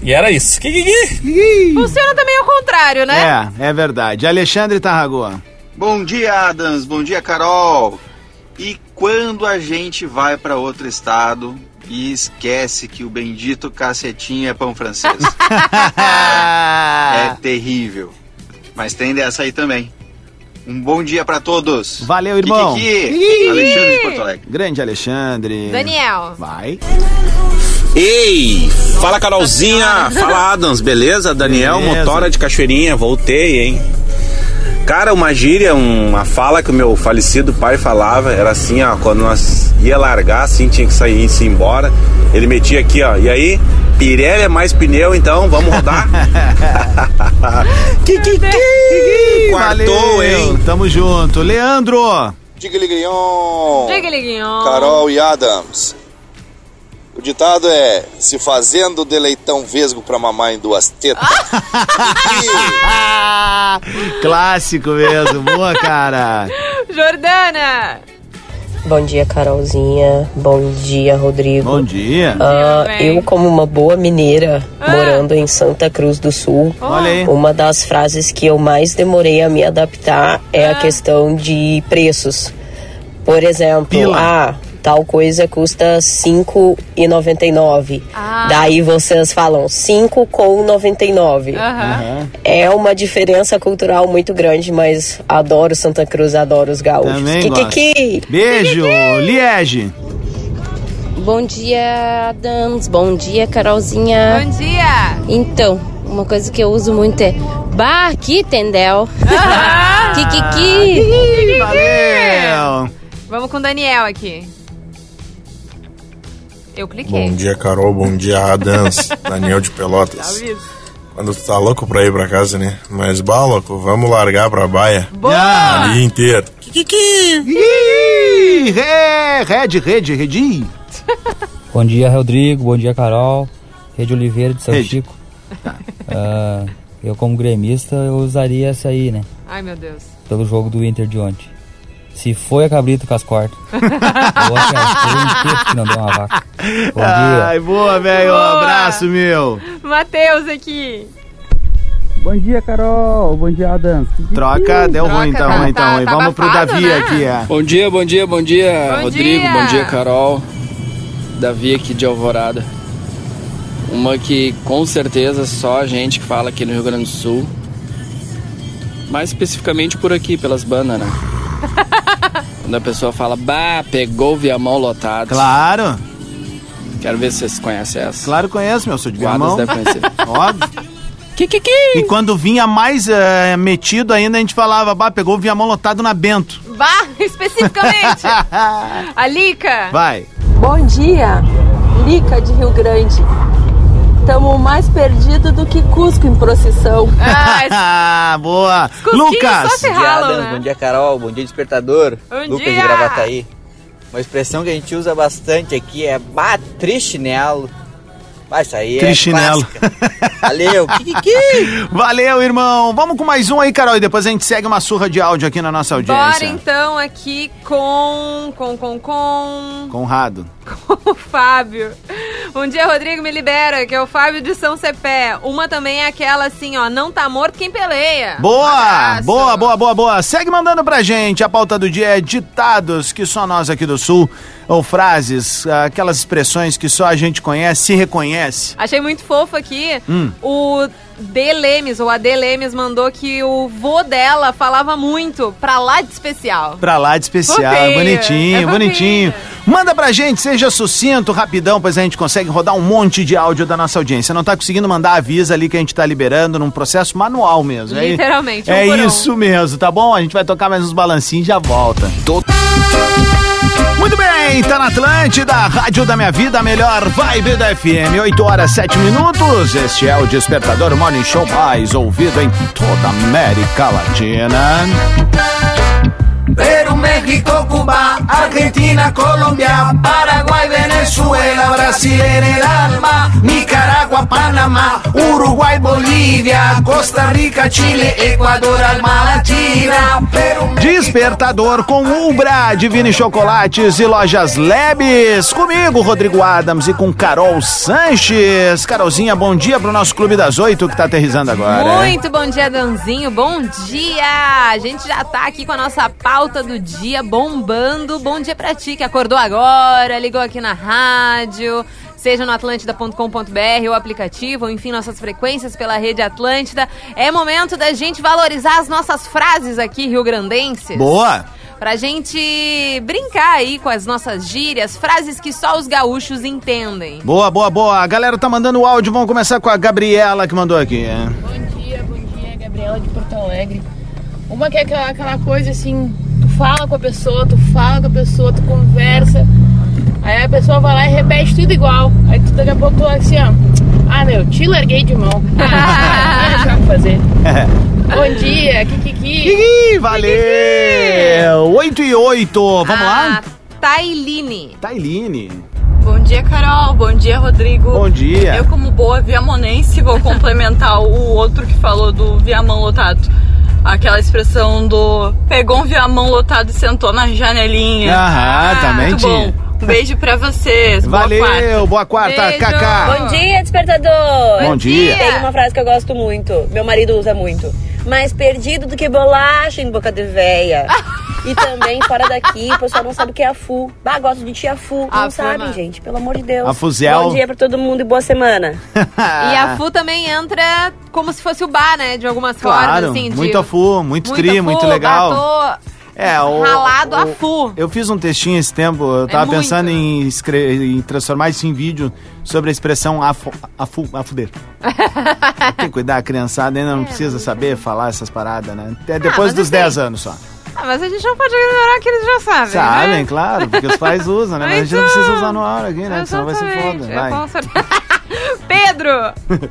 S16: E era isso. Que, que, que?
S2: Funciona também ao contrário, né?
S3: É, é verdade. Alexandre Tarragoa.
S17: Bom dia, Adams. Bom dia, Carol. E quando a gente vai para outro estado e esquece que o bendito cacetinho é pão francês?
S12: Ah.
S17: é terrível. Mas tem dessa aí também. Um bom dia para todos.
S3: É. Valeu, irmão.
S17: Kikiki. Alexandre de Porto Alegre.
S3: Grande Alexandre.
S2: Daniel.
S3: Vai.
S11: Ei, fala Carolzinha, fala Adams, beleza? Daniel
S3: Beleza.
S11: Motora de Cachoeirinha, voltei, hein? Cara, uma gíria, uma fala que o meu falecido pai falava, era assim, ó, quando nós ia largar, assim, tinha que sair e se ir embora, ele metia aqui, ó, e aí, Pirelli é mais pneu, então, vamos rodar?
S3: Que, que, que. Valeu, hein? Tamo junto. Leandro.
S18: Diga Ligrion!
S2: Diga, Liguinho.
S18: Carol e Adams. O ditado é: se fazendo de leitão vesgo pra mamar em duas tetas.
S3: Clássico mesmo. Boa, cara.
S2: Jordana.
S12: Bom dia, Carolzinha. Bom dia, Rodrigo. Bom
S3: dia.
S12: Ah,
S2: Ah.
S12: eu, como uma boa mineira, morando em Santa Cruz do Sul,
S3: Olha aí.
S12: uma das frases que eu mais demorei a me adaptar é a questão de preços. Por exemplo, ah, tal coisa custa R$ 5,99. Daí vocês falam 5,99. É uma diferença cultural muito grande, mas adoro Santa Cruz, adoro os gaúchos.
S3: Também
S12: Que- que-
S3: gosto.
S12: que-
S3: Beijo, Liege.
S19: Bom dia, Adams. Bom dia, Carolzinha.
S2: Bom dia.
S19: Então, uma coisa que eu uso muito é Bah, que tendel. Kikiki.
S3: Valeu.
S2: Vamos com o Daniel aqui. Eu cliquei.
S20: Bom dia, Carol. Bom dia, Adams. Daniel de Pelotas. Quando tu tá louco pra ir pra casa, né? Mas, bah, louco, vamos largar pra baia.
S3: Boa!
S20: Ali inteiro.
S3: Kiki! Ih, Re, rede, rede, redi.
S21: Bom dia, Rodrigo. Bom dia, Carol. Rede Oliveira de São
S3: Rede.
S21: Chico. Ah, eu, como gremista, eu usaria essa aí, né?
S2: Ai, meu Deus.
S21: Pelo jogo do Inter de ontem. Se foi a cabrito com as cordas. Eu acho que é um peito que não deu uma vaca. Bom dia.
S3: Ai, boa, velho. Um
S2: Boa.
S3: Abraço, meu.
S2: Matheus aqui.
S22: Bom dia, Carol. Bom dia, Adams.
S3: Troca, deu ruim,
S22: Troca,
S3: tá ruim,
S22: tá-
S3: tá ruim.
S22: tá
S3: Vamos pro
S22: abafado,
S3: Davi
S22: né?
S3: aqui, é.
S22: Bom dia, bom dia, bom dia,
S2: Bom
S22: Rodrigo.
S2: dia.
S22: Bom dia, Carol. Davi aqui de Alvorada. Uma que com certeza só a gente que fala aqui no Rio Grande do Sul. Mais especificamente por aqui, pelas bandas, né? Quando a pessoa fala, bah, pegou o viamão lotado.
S3: Claro.
S22: Quero ver se vocês conhecem essa.
S3: Claro que conheço, meu. Sou de
S22: O Adams
S3: Viamão.
S22: deve conhecer.
S3: Óbvio. E quando vinha mais eh, metido ainda, a gente falava, bah, pegou o Viamão lotado na Bento.
S2: Vá, especificamente. A Lica.
S3: Vai.
S23: Bom dia, Lica de Rio Grande.
S24: estamos mais perdidos do que Cusco em procissão.
S2: Ah,
S3: Ah, Boa! Lucas!
S25: Bom dia, Adams. Bom dia, Carol. Bom dia, despertador.
S2: né? Bom
S25: Lucas de
S2: dia.
S25: Gravataí. Uma expressão que a gente usa bastante aqui é bah, trichinelo. Vai
S22: é
S12: é
S25: sair.
S3: Trichinelo.
S25: Valeu.
S3: Valeu, irmão. Vamos com mais um aí, Carol, e depois a gente segue uma surra de áudio aqui na nossa
S2: Bora
S3: audiência.
S2: então aqui com. com, com, com.
S3: Conrado.
S2: com o Fábio. Um dia, Rodrigo, me libera, que é o Fábio de São Cepé. Uma também é aquela assim, ó, não tá morto quem peleia.
S3: Boa, boa, boa, boa, boa. Segue mandando pra gente. A pauta do dia é ditados que só nós aqui do Sul, ou frases, aquelas expressões que só a gente conhece, se reconhece.
S2: Achei muito fofo aqui.
S3: Hum.
S2: O Delemes, ou a Delemes, mandou que o vô dela falava muito pra lá de especial.
S3: Pra lá de especial,
S2: Fofinho,
S3: bonitinho,
S2: é fofinho.
S3: bonitinho. Manda pra gente, seja sucinto, rapidão, pois a gente consegue rodar um monte de áudio da nossa audiência. Não tá conseguindo mandar, avisa ali que a gente tá liberando num processo manual mesmo. É-
S2: Literalmente, um
S3: É,
S2: por um.
S3: isso mesmo, tá bom? A gente vai tocar mais uns balancinhos e já volta. Muito bem, tá na Atlântida, Rádio da Minha Vida, a melhor vibe da FM. 8 horas 7 minutos. Este é o Despertador Morning Show mais ouvido em toda a América Latina.
S26: Perú, México, Cuba, Argentina, Colombia, Paraguay, Venezuela, Brasil en el alma, Nicaragua, Panamá, Uruguay, Bolivia, Costa Rica, Chile, Ecuador, alma latina.
S3: Despertador com Umbra, Divine Chocolates e Lojas Lebes. Comigo, Rodrigo Adams e com Carol Sanches. Carolzinha, bom dia pro nosso Clube das Oito que tá aterrizando agora.
S2: Muito bom dia, Danzinho. Bom dia! A gente já tá aqui com a nossa pauta do dia bombando. Bom dia pra ti que acordou agora, ligou aqui na rádio, seja no atlântida.com.br ou aplicativo, ou enfim, nossas frequências pela rede Atlântida. É momento da gente valorizar as nossas frases aqui, Rio Grandenses.
S3: Boa!
S2: Pra gente brincar aí com as nossas gírias, frases que só os gaúchos entendem.
S3: Boa, boa, boa. A galera tá mandando o áudio. Vamos começar com a Gabriela que mandou aqui.
S8: Bom dia, bom dia, Gabriela de Porto Alegre. Uma que é aquela, aquela coisa assim, tu fala com a pessoa, tu fala com a pessoa, tu conversa, aí a pessoa vai lá e repete tudo igual. Aí tu daqui a pouco tu fala assim, ó, ah meu, te larguei de mão. Ah, não tinha o que fazer. Bom dia, Kikiki.
S3: Valeu! 8 e 8. Vamos lá?
S2: Tailine.
S3: Tailine.
S27: Bom dia, Carol. Bom dia, Rodrigo.
S3: Bom dia.
S27: Eu, como boa viamonense, vou complementar o outro que falou do viamão lotado. Aquela expressão do pegou um viamão lotado e sentou na janelinha.
S3: Aham, também
S27: muito bom.
S3: tinha.
S27: Um beijo pra vocês.
S3: Valeu,
S27: boa quarta.
S3: Ah, boa quarta, Beijo. Cacá.
S10: Bom dia, despertador!
S3: Bom dia.
S10: Tem uma frase que eu gosto muito, meu marido usa muito. Mais perdido do que bolacha em boca de véia. e também, fora daqui, o pessoal não sabe o que é a FU. Ah, gosto de tia FU. Não
S2: Ah, Fu é
S10: sabem,
S2: massa.
S10: gente, pelo amor de Deus.
S3: A Fuzel.
S10: Bom dia pra todo mundo e boa semana.
S2: E
S3: Ah.
S2: a FU também entra como se fosse o bar, né? De algumas
S3: Claro,
S2: formas, assim. de-
S3: muito a fu, muito tri, muito legal.
S2: Batou,
S3: É, o,
S2: ralado a
S3: o-
S2: fu.
S3: Eu fiz um textinho esse tempo, eu tava
S2: É muito. né?
S3: pensando em, escre- em transformar isso em vídeo sobre a expressão afu, afu, afuder. Tem que cuidar, a criançada
S2: É,
S3: ainda não precisa saber falar essas paradas, né? Até depois
S2: mas
S3: dos
S2: assim,
S3: 10 anos só.
S2: Ah, mas a gente não pode ignorar que eles já sabem,
S3: Sabem,
S2: né?
S3: claro, porque os pais usam, né? Mas a gente não
S2: Então,
S3: precisa usar no ar aqui, né? Senão vai ser foda.
S2: Exatamente,
S3: Vai.
S2: é com certeza. Pedro!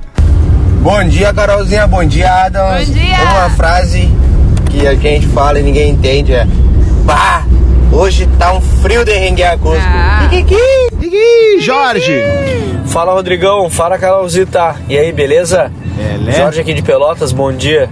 S28: Bom dia, Carolzinha. Bom dia, Adams.
S2: Bom dia.
S28: Uma frase que a gente fala e ninguém entende é: Bah, hoje tá um frio de rengue a Cusco.
S3: Ih, Jorge.
S12: Fala, Rodrigão. Fala, Carolzita. E aí, beleza?
S3: Beleza.
S12: Jorge aqui de Pelotas, bom dia.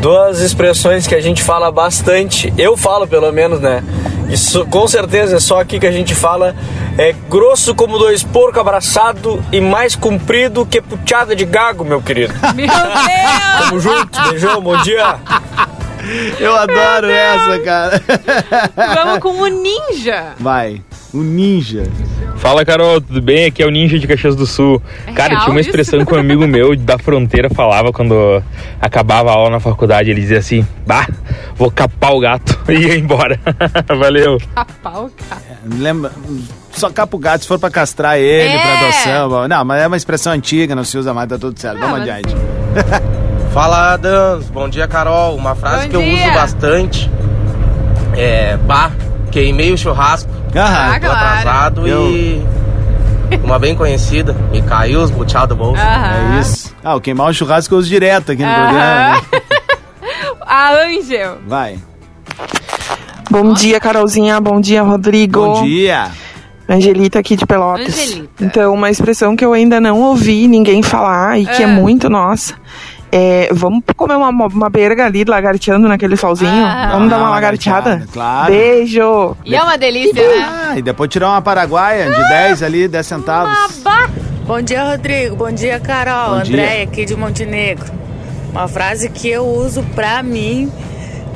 S12: Duas expressões que a gente fala bastante, eu falo pelo menos, né? Isso com certeza é só aqui que a gente fala. É grosso como dois porco abraçado e mais comprido que puteada de gago, meu querido.
S2: Meu Deus!
S12: Tamo junto, beijão, bom dia.
S3: Eu adoro essa, cara.
S2: Vamos com o Ninja!
S3: Vai, o ninja.
S11: Fala Carol, tudo bem? Aqui é o Ninja de Caxias do Sul. Cara,
S2: É real
S11: tinha uma
S2: isso?
S11: expressão que um amigo meu da fronteira falava quando acabava a aula na faculdade. Ele dizia assim: Bah, vou capar o gato e ia embora. Valeu.
S2: Capau, cara.
S3: Lembra, só capa o gato se for pra castrar ele,
S2: É.
S3: pra adoção. bom. Não, mas é uma expressão antiga, não se usa mais, tá tudo certo. Vamos
S2: mas- assim,
S3: adiante.
S12: Fala, Adams. Bom dia, Carol. Uma frase
S2: Bom
S12: que eu
S2: dia.
S12: uso bastante é pá, queimei o churrasco.
S3: Ah,
S2: tá
S12: tô
S2: claro.
S12: atrasado e
S29: Uma bem conhecida, me caiu os buchal do bolso.
S2: Aham.
S29: É
S3: isso. Ah, o queimar o churrasco eu uso direto aqui no
S2: Aham.
S3: programa. né?
S2: A Angel.
S3: Vai.
S11: Bom dia, Carolzinha. Bom dia, Rodrigo.
S3: Bom dia.
S11: Angelita aqui de Pelotas.
S2: Angelita.
S11: Então, uma expressão que eu ainda não ouvi ninguém falar e que é
S2: Ah.
S11: muito nossa. É, vamos comer uma, uma berga ali, lagarteando naquele solzinho?
S2: ah,
S11: vamos dar uma lagarteada?
S3: Claro.
S11: Beijo!
S2: E é uma delícia, né?
S3: Ah, e depois tirar uma paraguaia
S2: Ah.
S3: de 10 ali, 10 centavos.
S8: Bom dia, Rodrigo. Bom dia, Carol.
S3: Bom dia.
S8: Andréia, aqui de Montenegro. Uma frase que eu uso pra mim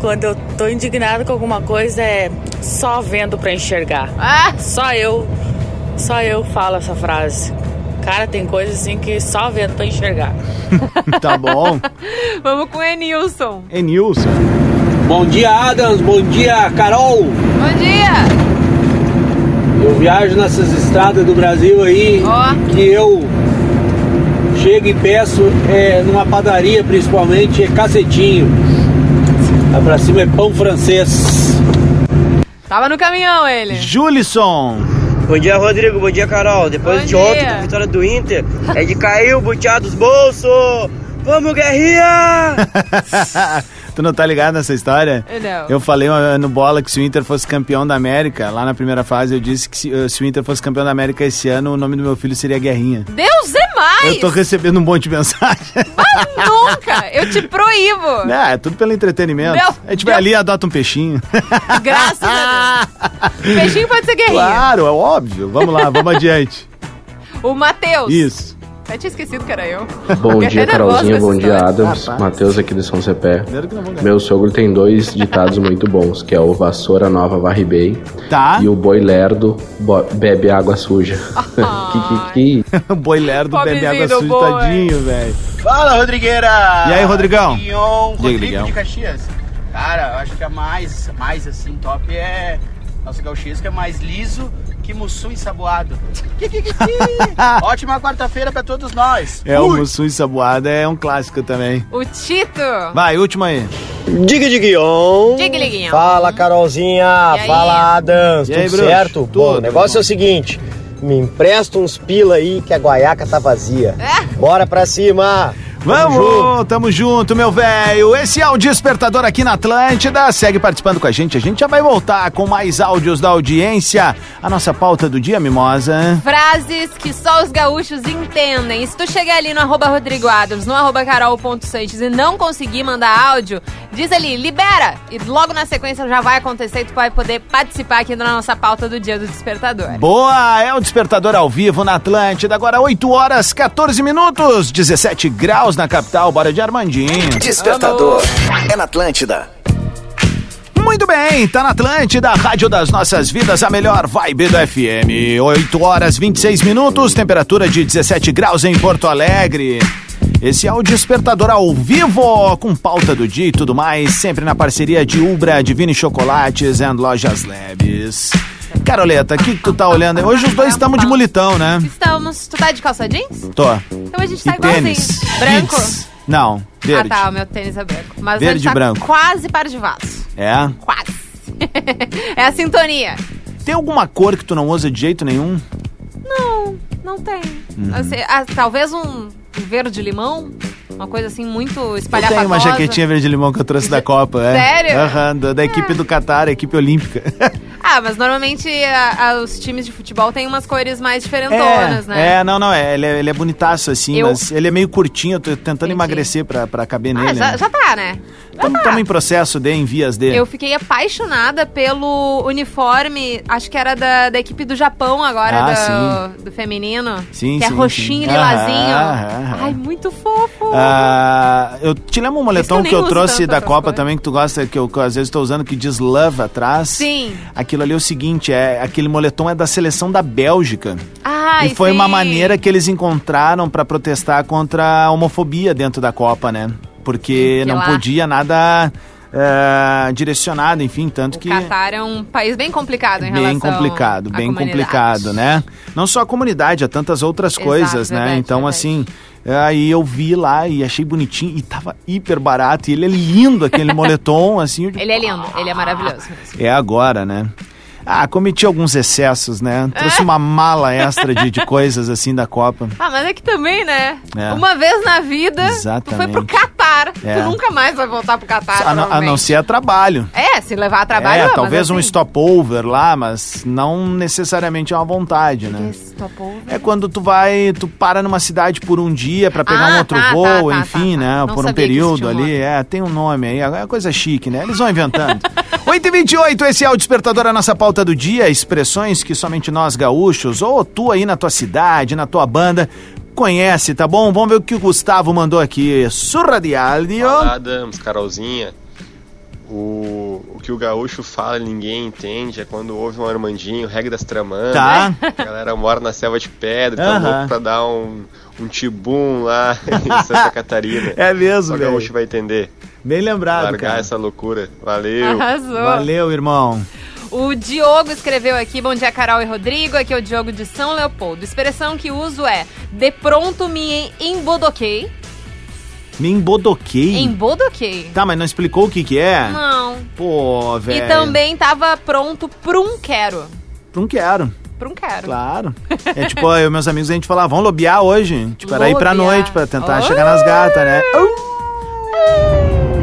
S8: quando eu tô indignado com alguma coisa é só vendo pra enxergar.
S2: Ah,
S8: Só eu, só eu falo essa frase. Cara, tem coisa assim que só vendo pra enxergar.
S3: tá bom.
S2: Vamos com o Enilson.
S3: É Nilson.
S30: Bom dia, Adams. Bom dia, Carol.
S2: Bom dia.
S30: Eu viajo nessas estradas do Brasil aí que eu chego e peço é, numa padaria principalmente é cacetinho. Lá pra cima é pão francês.
S2: Tava no caminhão ele.
S3: Julisson.
S12: Bom dia, Rodrigo. Bom dia, Carol. Depois
S2: Ah. Bom
S12: de ontem,
S2: dia.
S12: com a vitória do Inter, é de cair o buteado dos bolsos. Vamos, guerrinha!
S3: tu não tá ligado nessa história?
S12: Eu não.
S3: Eu falei uma- no bola que se o Inter fosse campeão da América, lá na primeira fase eu disse que se, eh, se o Inter fosse campeão da América esse ano, o nome do meu filho seria Guerrinha.
S2: Deus é mais.
S3: Eu tô recebendo um monte de mensagem.
S2: Nunca. Eu te proíbo.
S3: É, é tudo pelo entretenimento.
S2: Meu
S3: a gente vai ali e adota um peixinho.
S2: Graças a Deus. Peixinho pode ser guerrinha.
S3: Claro, é óbvio. Vamos lá, vamos adiante.
S2: O Matheus.
S3: Isso.
S2: Até tinha esquecido que era eu.
S31: Bom
S2: Fiquei
S31: dia,
S2: até nervosa
S31: Carolzinha.
S2: com
S31: Bom
S2: essa
S31: dia,
S2: história.
S31: Adams. Matheus aqui do São Cepé.
S3: Primeiro que não vão ganhar.
S31: Meu sogro tem dois ditados muito bons, que é o vassoura nova varre bem
S3: tá.
S31: e o boi lerdo bo- bebe água suja. Kikiki.
S3: o boi lerdo bebe água suja, tadinho, velho.
S1: Fala, Rodrigueira!
S3: E aí, Rodrigão?
S1: Dion,
S3: Diga,
S1: Rodrigo
S3: Miguel.
S1: de Caxias. Cara, eu acho que a mais, mais assim, top é... Nossa gauchesca é mais liso que mussum ensaboado. Kikikiki. Ótima quarta-feira pra todos nós.
S3: É, o Mussum e Sabuada é um clássico também.
S2: O Tito.
S3: Vai, última aí.
S32: Diga Diguion.
S2: Diga, Liguinho.
S32: Fala Carolzinha,
S2: E aí?
S32: fala Adams,
S3: E
S32: tudo
S3: aí, bruxo?
S32: certo? Bom, o negócio é o seguinte, me empresta uns pila aí que a guaiaca tá vazia.
S2: É?
S32: Bora pra cima.
S3: Vamos, tamo junto, meu velho. Esse é o Despertador aqui na Atlântida. Segue participando com a gente. A gente já vai voltar com mais áudios da audiência. A nossa pauta do dia, Mimosa.
S2: Frases que só os gaúchos entendem. E se tu chegar ali no arroba Rodrigo Adams, no arroba carol.sanches e não conseguir mandar áudio, diz ali, libera! E logo na sequência já vai acontecer e tu vai poder participar aqui na nossa pauta do Dia do Despertador.
S3: Boa, é o Despertador ao vivo na Atlântida. Agora 8 horas 14 minutos, 17 graus na capital. Bora de Armandinho.
S33: Despertador. É na Atlântida.
S3: Muito bem, tá na Atlântida, a rádio das nossas vidas, a melhor vibe do FM. 8 horas 26 minutos, temperatura de 17 graus em Porto Alegre. Esse é o Despertador ao vivo, com pauta do dia e tudo mais, sempre na parceria de Ubra, Divine Chocolates and Lojas Labs. Caroleta, o que, que tu tá olhando? aí? Hoje os dois estamos de mulitão, né?
S2: Estamos. Tu tá de calça jeans?
S3: Tô.
S2: Então a gente
S3: E
S2: tá igualzinho.
S3: tênis?
S2: Branco?
S3: Kicks? Não, verde.
S2: Ah tá, o meu tênis é branco. Mas
S3: Verde
S2: a gente tá
S3: e branco.
S2: quase par de vaso.
S3: É?
S2: É a sintonia.
S3: Tem alguma cor que tu não usa de jeito nenhum?
S2: Não, não tem.
S3: Uhum.
S2: Assim, ah, talvez um verde-limão, uma coisa assim muito
S3: Eu
S2: espalhada.
S3: tenho uma jaquetinha verde limão que eu trouxe da Copa, é.
S2: Sério?
S3: Aham, da, da equipe do Catar, a equipe olímpica.
S2: Ah, mas normalmente a- a- os times de futebol têm umas cores mais diferentonas, né?
S3: É, não, não, é, ele, é, ele é bonitaço assim,
S2: Eu-
S3: mas ele é meio curtinho, eu tô tentando emagrecer pra, pra caber
S2: Ah,
S3: nele. É.
S2: já, já tá, né?
S3: Estamos em processo de, em vias de.
S2: Eu fiquei apaixonada pelo uniforme, acho que era da, da equipe do Japão agora,
S3: Ah,
S2: do, do feminino.
S3: Sim,
S2: que é
S3: sim,
S2: roxinho,
S3: sim.
S2: lilazinho.
S3: Aham, aham.
S2: Ai, muito fofo.
S3: Ah, eu te lembro um moletom
S2: nem
S3: que eu
S2: uso
S3: trouxe
S2: tanto
S3: da
S2: essas
S3: Copa
S2: coisas.
S3: também, que tu gosta, que eu que eu às vezes tô usando, que diz love atrás.
S2: Sim.
S3: Aquilo ali é o seguinte, é aquele moletom é da seleção da Bélgica.
S2: Ai,
S3: e foi uma
S2: sim.
S3: maneira que eles encontraram pra protestar contra a homofobia dentro da Copa, né? Porque
S2: Porque
S3: não
S2: Hum, lá-
S3: podia nada eh, direcionado, enfim, tanto que
S2: O Catar é um país bem complicado em
S3: bem
S2: relação
S3: complicado,
S2: à
S3: bem
S2: comunidade.
S3: complicado, né? Não só a comunidade, há tantas outras
S2: Exato,
S3: coisas, né?
S2: verdade,
S3: então, assim, aí eu vi lá e achei bonitinho e tava hiper barato. E ele é lindo, aquele moletom, assim. eu digo,
S2: Ele é lindo, ele é maravilhoso.
S3: É agora, né? Ah, cometi alguns excessos, né?
S2: É?
S3: Trouxe uma mala extra de, de coisas assim da Copa.
S2: Ah, mas é que também, né?
S3: É.
S2: Uma vez na vida, tu foi
S3: Exatamente.
S2: pro Catar.
S3: É.
S2: Tu nunca mais vai voltar pro
S3: A,
S2: Catar.
S3: não- a não
S2: provavelmente.
S3: ser a trabalho.
S2: É, se levar a trabalho.
S3: é,
S2: mas
S3: talvez um
S2: assim,
S3: stopover lá, mas não necessariamente é uma vontade, né?
S2: stopou.
S3: É quando tu vai, tu para numa cidade por um dia pra pegar
S2: Ah,
S3: um outro
S2: tá, tá,
S3: voo,
S2: tá,
S3: enfim,
S2: tá, tá.
S3: né? por
S2: Não
S3: um
S2: sabia que
S3: período
S2: existia um
S3: ali. É, tem um nome aí, é coisa chique, né? Eles vão inventando. 8h28, esse é o Despertador, a nossa pauta do dia. Expressões que somente nós gaúchos, ou tu aí na tua cidade, na tua banda, conhece, tá bom? Vamos ver o que o Gustavo mandou aqui. Surra de alho.
S12: Fala, Adams, Carolzinha. O, o que o gaúcho fala e ninguém entende é quando ouve um Armandinho, regra das tramandas.
S3: Tá.
S12: A galera mora na selva de pedra, tá
S3: Aham.
S12: louco pra dar um, um tibum lá em Santa Catarina.
S3: É mesmo,
S12: Só o
S3: velho.
S12: gaúcho vai entender.
S3: Bem lembrado,
S12: Largar
S3: cara.
S12: essa loucura. Valeu.
S2: Arrasou.
S3: Valeu, irmão.
S2: O Diogo escreveu aqui, bom dia Carol e Rodrigo, aqui é o Diogo de São Leopoldo. Expressão que uso é, de pronto me embodoquei.
S3: Me embodoquei.
S2: Embodoquei.
S3: Tá, mas não explicou o que que é?
S2: Não.
S3: Pô, velho.
S2: E também tava pronto prum quero.
S3: Não quero.
S2: Prum quero.
S3: Claro. É tipo, eu e meus amigos, a gente falava, vamos lobear hoje. Tipo, era ir pra
S2: Lobear.
S3: noite pra tentar chegar nas gatas, né?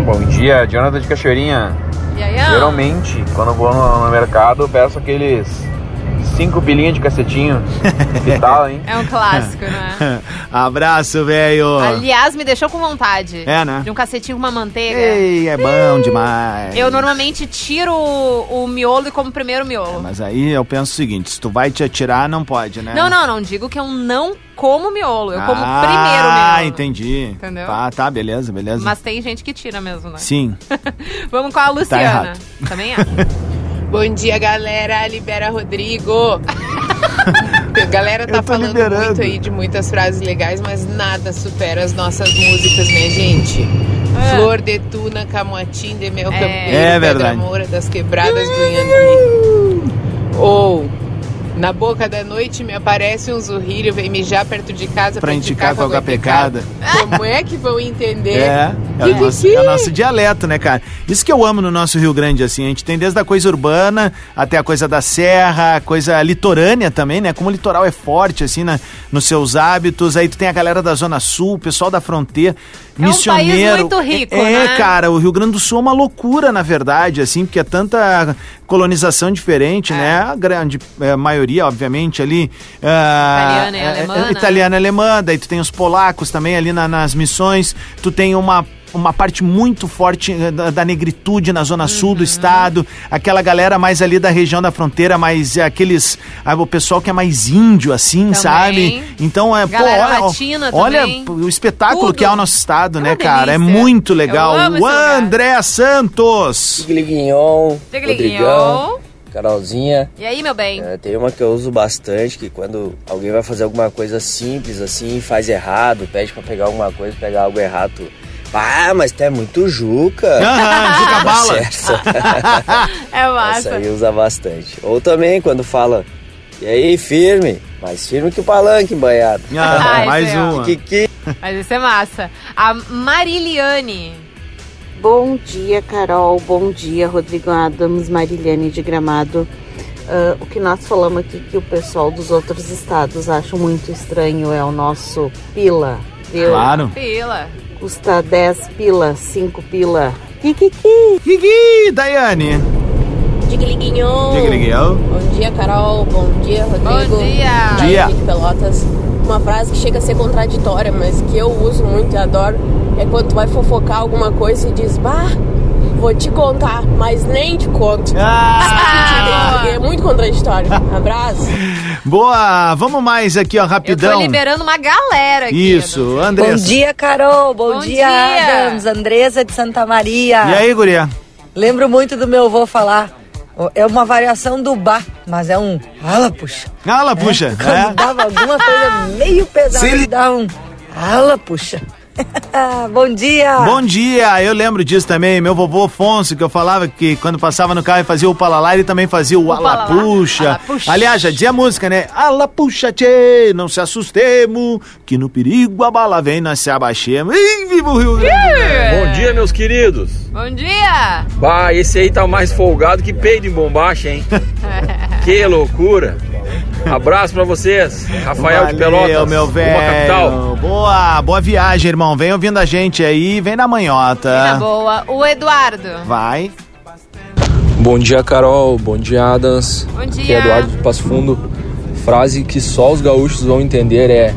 S34: Bom dia, Jonathan de Cachoeirinha.
S2: E aí, ó.
S34: Geralmente, quando eu vou no, no mercado, eu peço aqueles cinco pilinhas de cacetinho. que tal, hein?
S2: É um clássico, né?
S3: Abraço, velho.
S2: Aliás, me deixou com vontade.
S3: É, né?
S2: De um cacetinho com uma manteiga.
S3: Ei, é bom demais.
S2: Eu normalmente tiro o, o miolo e como primeiro o miolo.
S3: É, Mas aí eu penso o seguinte, se tu vai te atirar, não pode, né?
S2: Não, não, não digo que eu não como miolo. Eu como
S3: ah,
S2: primeiro o miolo.
S3: entendi.
S2: Entendeu?
S3: Tá, tá, beleza, beleza.
S2: Mas tem gente que tira mesmo, né?
S3: Sim. Tá
S2: Vamos com a Luciana.
S3: errado.
S2: Também é.
S8: Bom dia, galera. Libera Rodrigo. A galera tá falando muito aí de muitas frases legais, mas nada supera as nossas músicas, né, gente? Flor de Tuna, Camuatim de Meu Campeiro,
S35: É
S8: Pedra
S35: verdade.
S8: Moura, das Quebradas do Yanduí. Ou, na boca da noite me aparece um zurrilho, vem mijar perto de casa
S3: Pra indicar
S8: qual
S3: qualquer pecada.
S8: Como é que vão entender?
S3: É, é o, nosso, é o nosso dialeto, né, cara? Isso que eu amo no nosso Rio Grande, assim, a gente tem desde a coisa urbana até a coisa da serra, a coisa litorânea também, né? Como o litoral é forte, assim, na, nos seus hábitos. Aí tu tem a galera da Zona Sul, o pessoal da fronteira,
S2: um
S3: missioneiro.
S2: país muito rico,
S3: é, é,
S2: né?
S3: cara, o Rio Grande do Sul é uma loucura, na verdade, assim, porque é tanta colonização
S2: É.
S3: diferente, né? A grande eh, maioria, obviamente, ali... ah,
S2: Italiana e
S3: é- é-
S2: alemã, né?
S3: italiana e alemã, daí tu tem os polacos também ali na- nas missões, tu tem uma uma parte muito forte eh, da, da negritude na zona sul
S2: Uhum.
S3: do estado, aquela galera mais ali da região da fronteira, mais eh, aqueles, ah, o pessoal que é mais índio assim, sabe? Então é,
S2: Galera
S3: olha, ó,
S2: latina
S3: olha
S2: também.
S3: o espetáculo que é o nosso estado, né, cara? É
S2: delícia.
S3: muito legal.
S2: Eu amo esse
S3: O
S2: lugar.
S3: André Santos.
S11: Guiliguinhon,
S2: Diga,
S11: Rodrigão,
S2: Liguinho.
S11: Carolzinha.
S2: E aí, meu bem?
S11: É, tem uma que eu uso bastante, que quando alguém vai fazer alguma coisa simples assim, faz errado, pede pra pegar alguma coisa, pegar algo errado, tu... Ah, mas tu é muito juca.
S3: Ah, juca
S11: Tá
S3: bala.
S11: certo.
S2: É
S11: Essa
S2: massa.
S11: aí usa bastante. Ou também quando fala, e aí, firme? Mais firme que o palanque, banhado.
S2: Ah, Ah, mais isso aí, ó. uma.
S11: Que, que...
S2: Mas isso é massa. A Mariliane.
S10: Bom dia, Carol. Bom dia, Rodrigo Adams, Mariliane de Gramado. Ah, o que nós falamos aqui que o pessoal dos outros estados acha muito estranho é o nosso pila, viu?
S3: Claro.
S2: Pila.
S10: Custa 10 pila, 5 pila.
S11: Kikiki.
S3: Kiki, Daiane.
S35: Diga, liguinho.
S3: Diga, Miguel.
S35: Bom dia, Carol. Bom dia, Rodrigo. Bom dia.
S3: Dia.
S35: de Pelotas. Uma frase que chega a ser contraditória, mas que eu uso muito e adoro, é quando tu vai fofocar alguma coisa e diz, bah, vou te contar, mas nem te conto. Ah, é muito contraditório. Abraço.
S3: Boa, vamos mais aqui, ó,
S2: Tô
S3: rapidão.
S2: liberando uma galera aqui.
S3: Isso, André.
S36: Bom dia, Carol. Bom, dia,
S2: dia.
S36: Adams. Andresa de Santa Maria.
S3: E aí, guria?
S36: Lembro muito do meu avô falar. É uma variação do bar, mas é um ala puxa.
S3: Ala puxa.
S36: É. Quando dava alguma coisa meio pesada,
S3: Se É? ele-
S36: ele dava um ala puxa.
S19: Bom dia!
S3: Bom dia, eu lembro disso também. Meu vovô Afonso, que eu falava que quando passava no carro e fazia o palalá, ele também fazia o, alapuxa.
S2: alapuxa.
S3: Aliás, já dizia a música, né? Alapuxa, tchê, não se assustemo, que no perigo a bala vem, nós se abaixemos. Ih, viva o Rio Grande!
S6: Bom dia, meus queridos.
S2: Bom dia!
S6: Bah, esse aí tá mais folgado que peido em bombacha, hein? que loucura. Abraço pra vocês. Rafael de Pelotas.
S3: meu velho.
S6: Uma capital.
S3: Boa, boa viagem, irmão. Vem ouvindo a gente aí, vem na
S2: Na
S3: manhota.
S2: Tá boa, o Eduardo.
S3: Vai.
S37: Bom dia, Carol. Bom dia, Adams.
S2: Bom
S37: Aqui
S2: dia.
S37: é Eduardo de Passo Fundo. Frase que só os gaúchos vão entender é: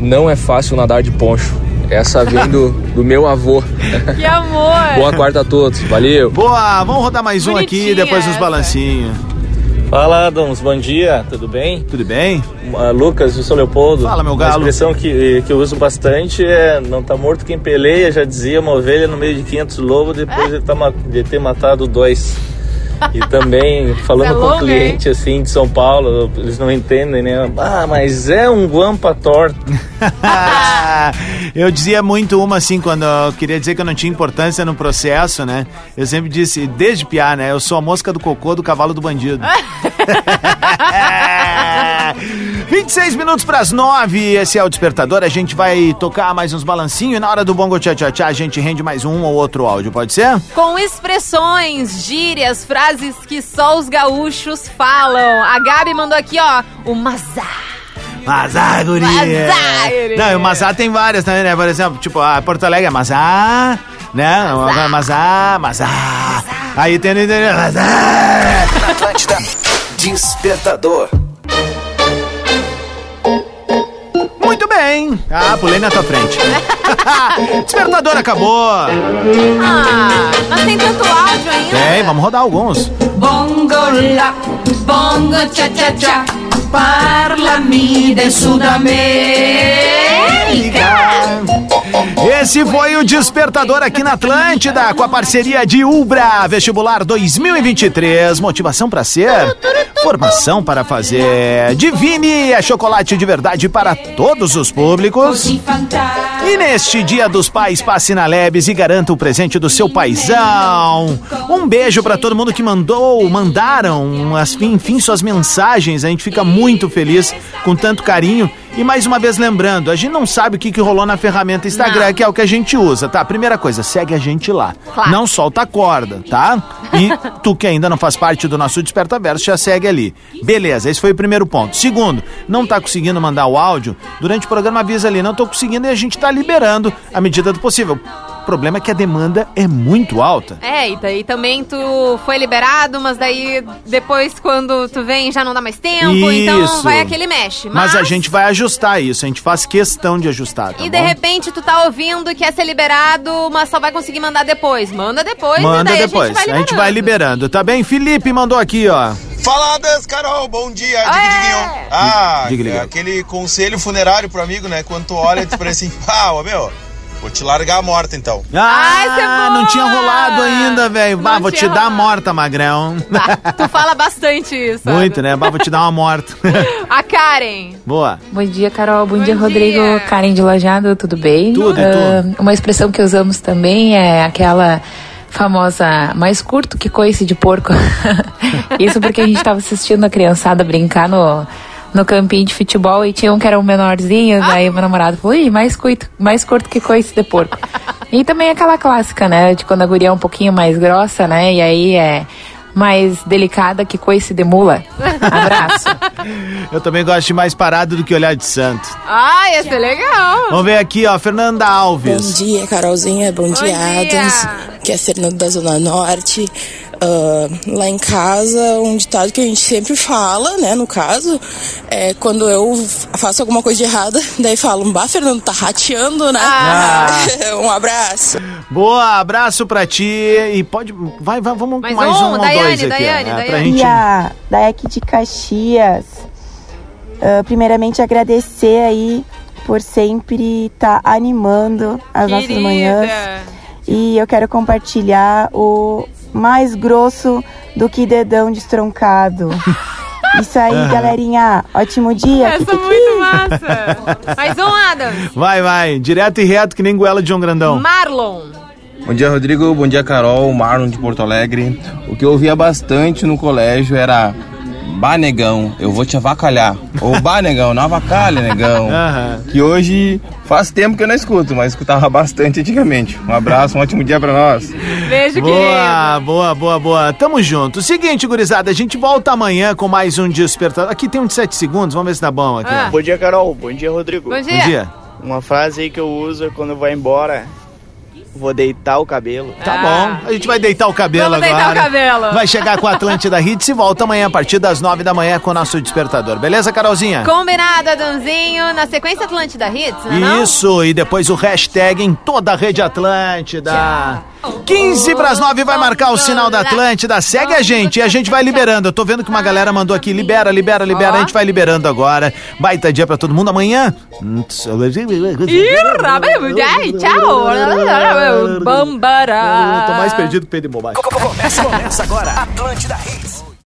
S37: Não é fácil nadar de poncho. Essa vem do, do meu avô.
S2: Que amor!
S37: Boa quarta a todos. Valeu.
S3: Boa, vamos rodar mais um aqui e depois os balancinhos.
S20: Fala, Adams. Bom dia. Tudo bem?
S3: Tudo bem.
S20: Ah, Lucas, de São Leopoldo.
S3: Fala, meu
S20: Uma
S3: galo.
S20: expressão que, que eu uso bastante é não tá morto quem peleia, já dizia uma ovelha no meio de 500 lobos depois de, tá ma- de ter matado dois. E também, falando
S21: Isso é
S20: com um
S21: longo,
S20: cliente assim de São Paulo, eles não entendem, né? Ah, mas é um guampa torto.
S3: Eu dizia muito uma assim, quando eu queria dizer que eu não tinha importância no processo, né? Eu sempre disse, desde piar, né? Eu sou a mosca do cocô do cavalo do bandido. 26 minutos pras 9, esse é o Despertador. A gente vai tocar mais uns balancinhos e na hora do Bongo Tchá Tchá Tchá a gente rende mais um ou outro áudio, pode ser?
S2: Com expressões, gírias, frases que só os gaúchos falam. A Gabi mandou aqui, ó, o mazar.
S3: Mazá, guria.
S2: Mazá, guria.
S3: Não, e o Mazá tem várias também, né? Por exemplo, tipo, a Porto Alegre é Mazá, né? Mazá, Mazá. mazá. Aí tem... Mazá.
S38: Na Atlântida. Despertador.
S3: Muito bem. Ah, pulei na tua frente. Despertador acabou.
S2: Ah, mas tem tanto áudio ainda.
S3: Tem, vamos rodar alguns.
S21: Bongo la, bongo cha cha cha, parlami de Sudamérica.
S3: Esse foi o Despertador aqui na Atlântida, com a parceria de Ubra, vestibular 2023, motivação para ser, formação para fazer. Divine é chocolate de verdade para todos os públicos. E neste Dia dos Pais, passe na Lebes e garanta o presente do seu paizão. Um beijo para todo mundo que mandou, mandaram, as- enfim, suas mensagens. A gente fica muito feliz com tanto carinho. E mais uma vez lembrando, a gente não sabe o que, que rolou na ferramenta Instagram, que é o que a gente usa, tá? Primeira coisa, segue a gente lá.
S22: Claro.
S3: Não solta a corda, tá? E tu que ainda não faz parte do nosso Desperta Verso, já segue ali. Beleza, esse foi o primeiro ponto. Segundo, não tá conseguindo mandar o áudio, durante o programa avisa ali, não tô conseguindo e a gente tá liberando à medida do possível. O problema é que a demanda é muito alta.
S2: É, e daí também tu foi liberado, mas daí depois quando tu vem já não dá mais tempo, então
S3: Isso.
S2: vai aquele mexe.
S3: Mas... a gente vai ajustar isso, a gente faz questão de ajustar, tá
S2: E de
S3: bom?
S2: repente tu tá ouvindo que quer ser liberado, mas só vai conseguir mandar depois. Manda depois
S3: Manda
S2: e daí
S3: depois,
S2: a gente vai liberando.
S3: liberando, tá bem? Felipe mandou aqui, ó.
S23: Fala, Adams, Carol, bom dia. Digue, ah,
S3: Diga, diga.
S23: é aquele conselho funerário pro amigo, né? Quando tu olha, tu parece assim, ah, ô, meu, vou te largar a morta então.
S3: Ah, não tinha rolado ainda, velho. Bah, vou te dar a morta, magrão.
S2: Tá, Tu fala bastante isso. sabe?
S3: Muito, né? Bah, vou te dar uma morta.
S2: A Karen.
S3: Boa.
S8: Bom dia, Carol. Bom, dia, Rodrigo. Karen de Lajado, tudo bem?
S3: Tudo,
S8: Ah, Uma expressão que usamos também é aquela famosa mais curto que coice de porco. Isso porque a gente estava assistindo a criançada brincar no, no campinho de futebol e tinha um que era um menorzinho, daí meu namorado falou, Ih, mais, curto, mais curto que coice de porco. e também aquela clássica, né? De quando a guria é um pouquinho mais grossa, né? E aí é mais delicada que coice de mula.
S3: Eu também gosto de mais parado do que olhar de santo.
S2: Ai, esse é legal.
S3: Vamos ver aqui, ó. Fernanda Alves.
S39: Bom dia, Carolzinha. Bom, dia, Adams. Que é Fernando da Zona Norte. Ah, lá em casa, um ditado que a gente sempre fala, né? No caso, é quando eu faço alguma coisa de errada, daí falam, bah, Fernando, tá rateando, né?
S3: Ah.
S39: um abraço.
S3: Boa, abraço pra ti. E pode. Vai, vai, vamos com mais um, ou dois aqui. ó, né, pra gente...
S10: Bia, da EC de Caxias. Ah, primeiramente, agradecer aí por sempre estar animando as nossas
S40: Querida.
S10: manhãs. E eu quero compartilhar o mais grosso do que dedão destroncado. Isso aí,
S3: Aham.
S10: galerinha. Ótimo dia.
S2: Essa é muito massa. Mais um, Adams.
S3: Vai, vai. Direto e reto, que nem goela de João Grandão.
S2: Marlon.
S31: Bom dia, Rodrigo. Bom dia, Carol. Marlon de Porto Alegre. O que eu ouvia bastante no colégio era. Banegão, eu vou te avacalhar. Ou Banegão, não avacalha, negão. Que hoje faz tempo que eu não escuto, mas escutava bastante antigamente. Um abraço, um ótimo dia pra nós.
S2: Beijo,
S3: Boa, boa, boa, boa. Tamo junto. Seguinte, gurizada, a gente volta amanhã com mais um despertador. Aqui tem um de 7 segundos, vamos ver se dá bom aqui. ó.
S1: Bom dia, Carol. Bom dia, Rodrigo.
S2: Bom dia. Bom dia.
S1: Uma frase aí que eu uso é quando eu vou embora, vou deitar o cabelo.
S3: Tá bom, a gente vai deitar o cabelo
S1: Ah. Vamos
S3: agora.
S1: deitar o cabelo.
S3: Vai chegar com a Atlântida Hits e volta amanhã a partir das 9 da manhã com o nosso despertador. Beleza, Carolzinha?
S2: Combinado, Adãozinho. Na sequência Atlântida Hits, né? Não?
S3: Isso, e depois o hashtag em toda a rede Atlântida. 15 pras 9 vai marcar o sinal da Atlântida. Segue a gente e a gente vai liberando. Eu tô vendo que uma galera mandou aqui: libera, libera, libera. A gente vai liberando agora. Baita dia pra todo mundo. Amanhã.
S2: Ih, é, rabe- ai, tchau. Bambara.
S3: Tô mais perdido que peido e bobagem.
S38: Começa agora. Atlântida Hits.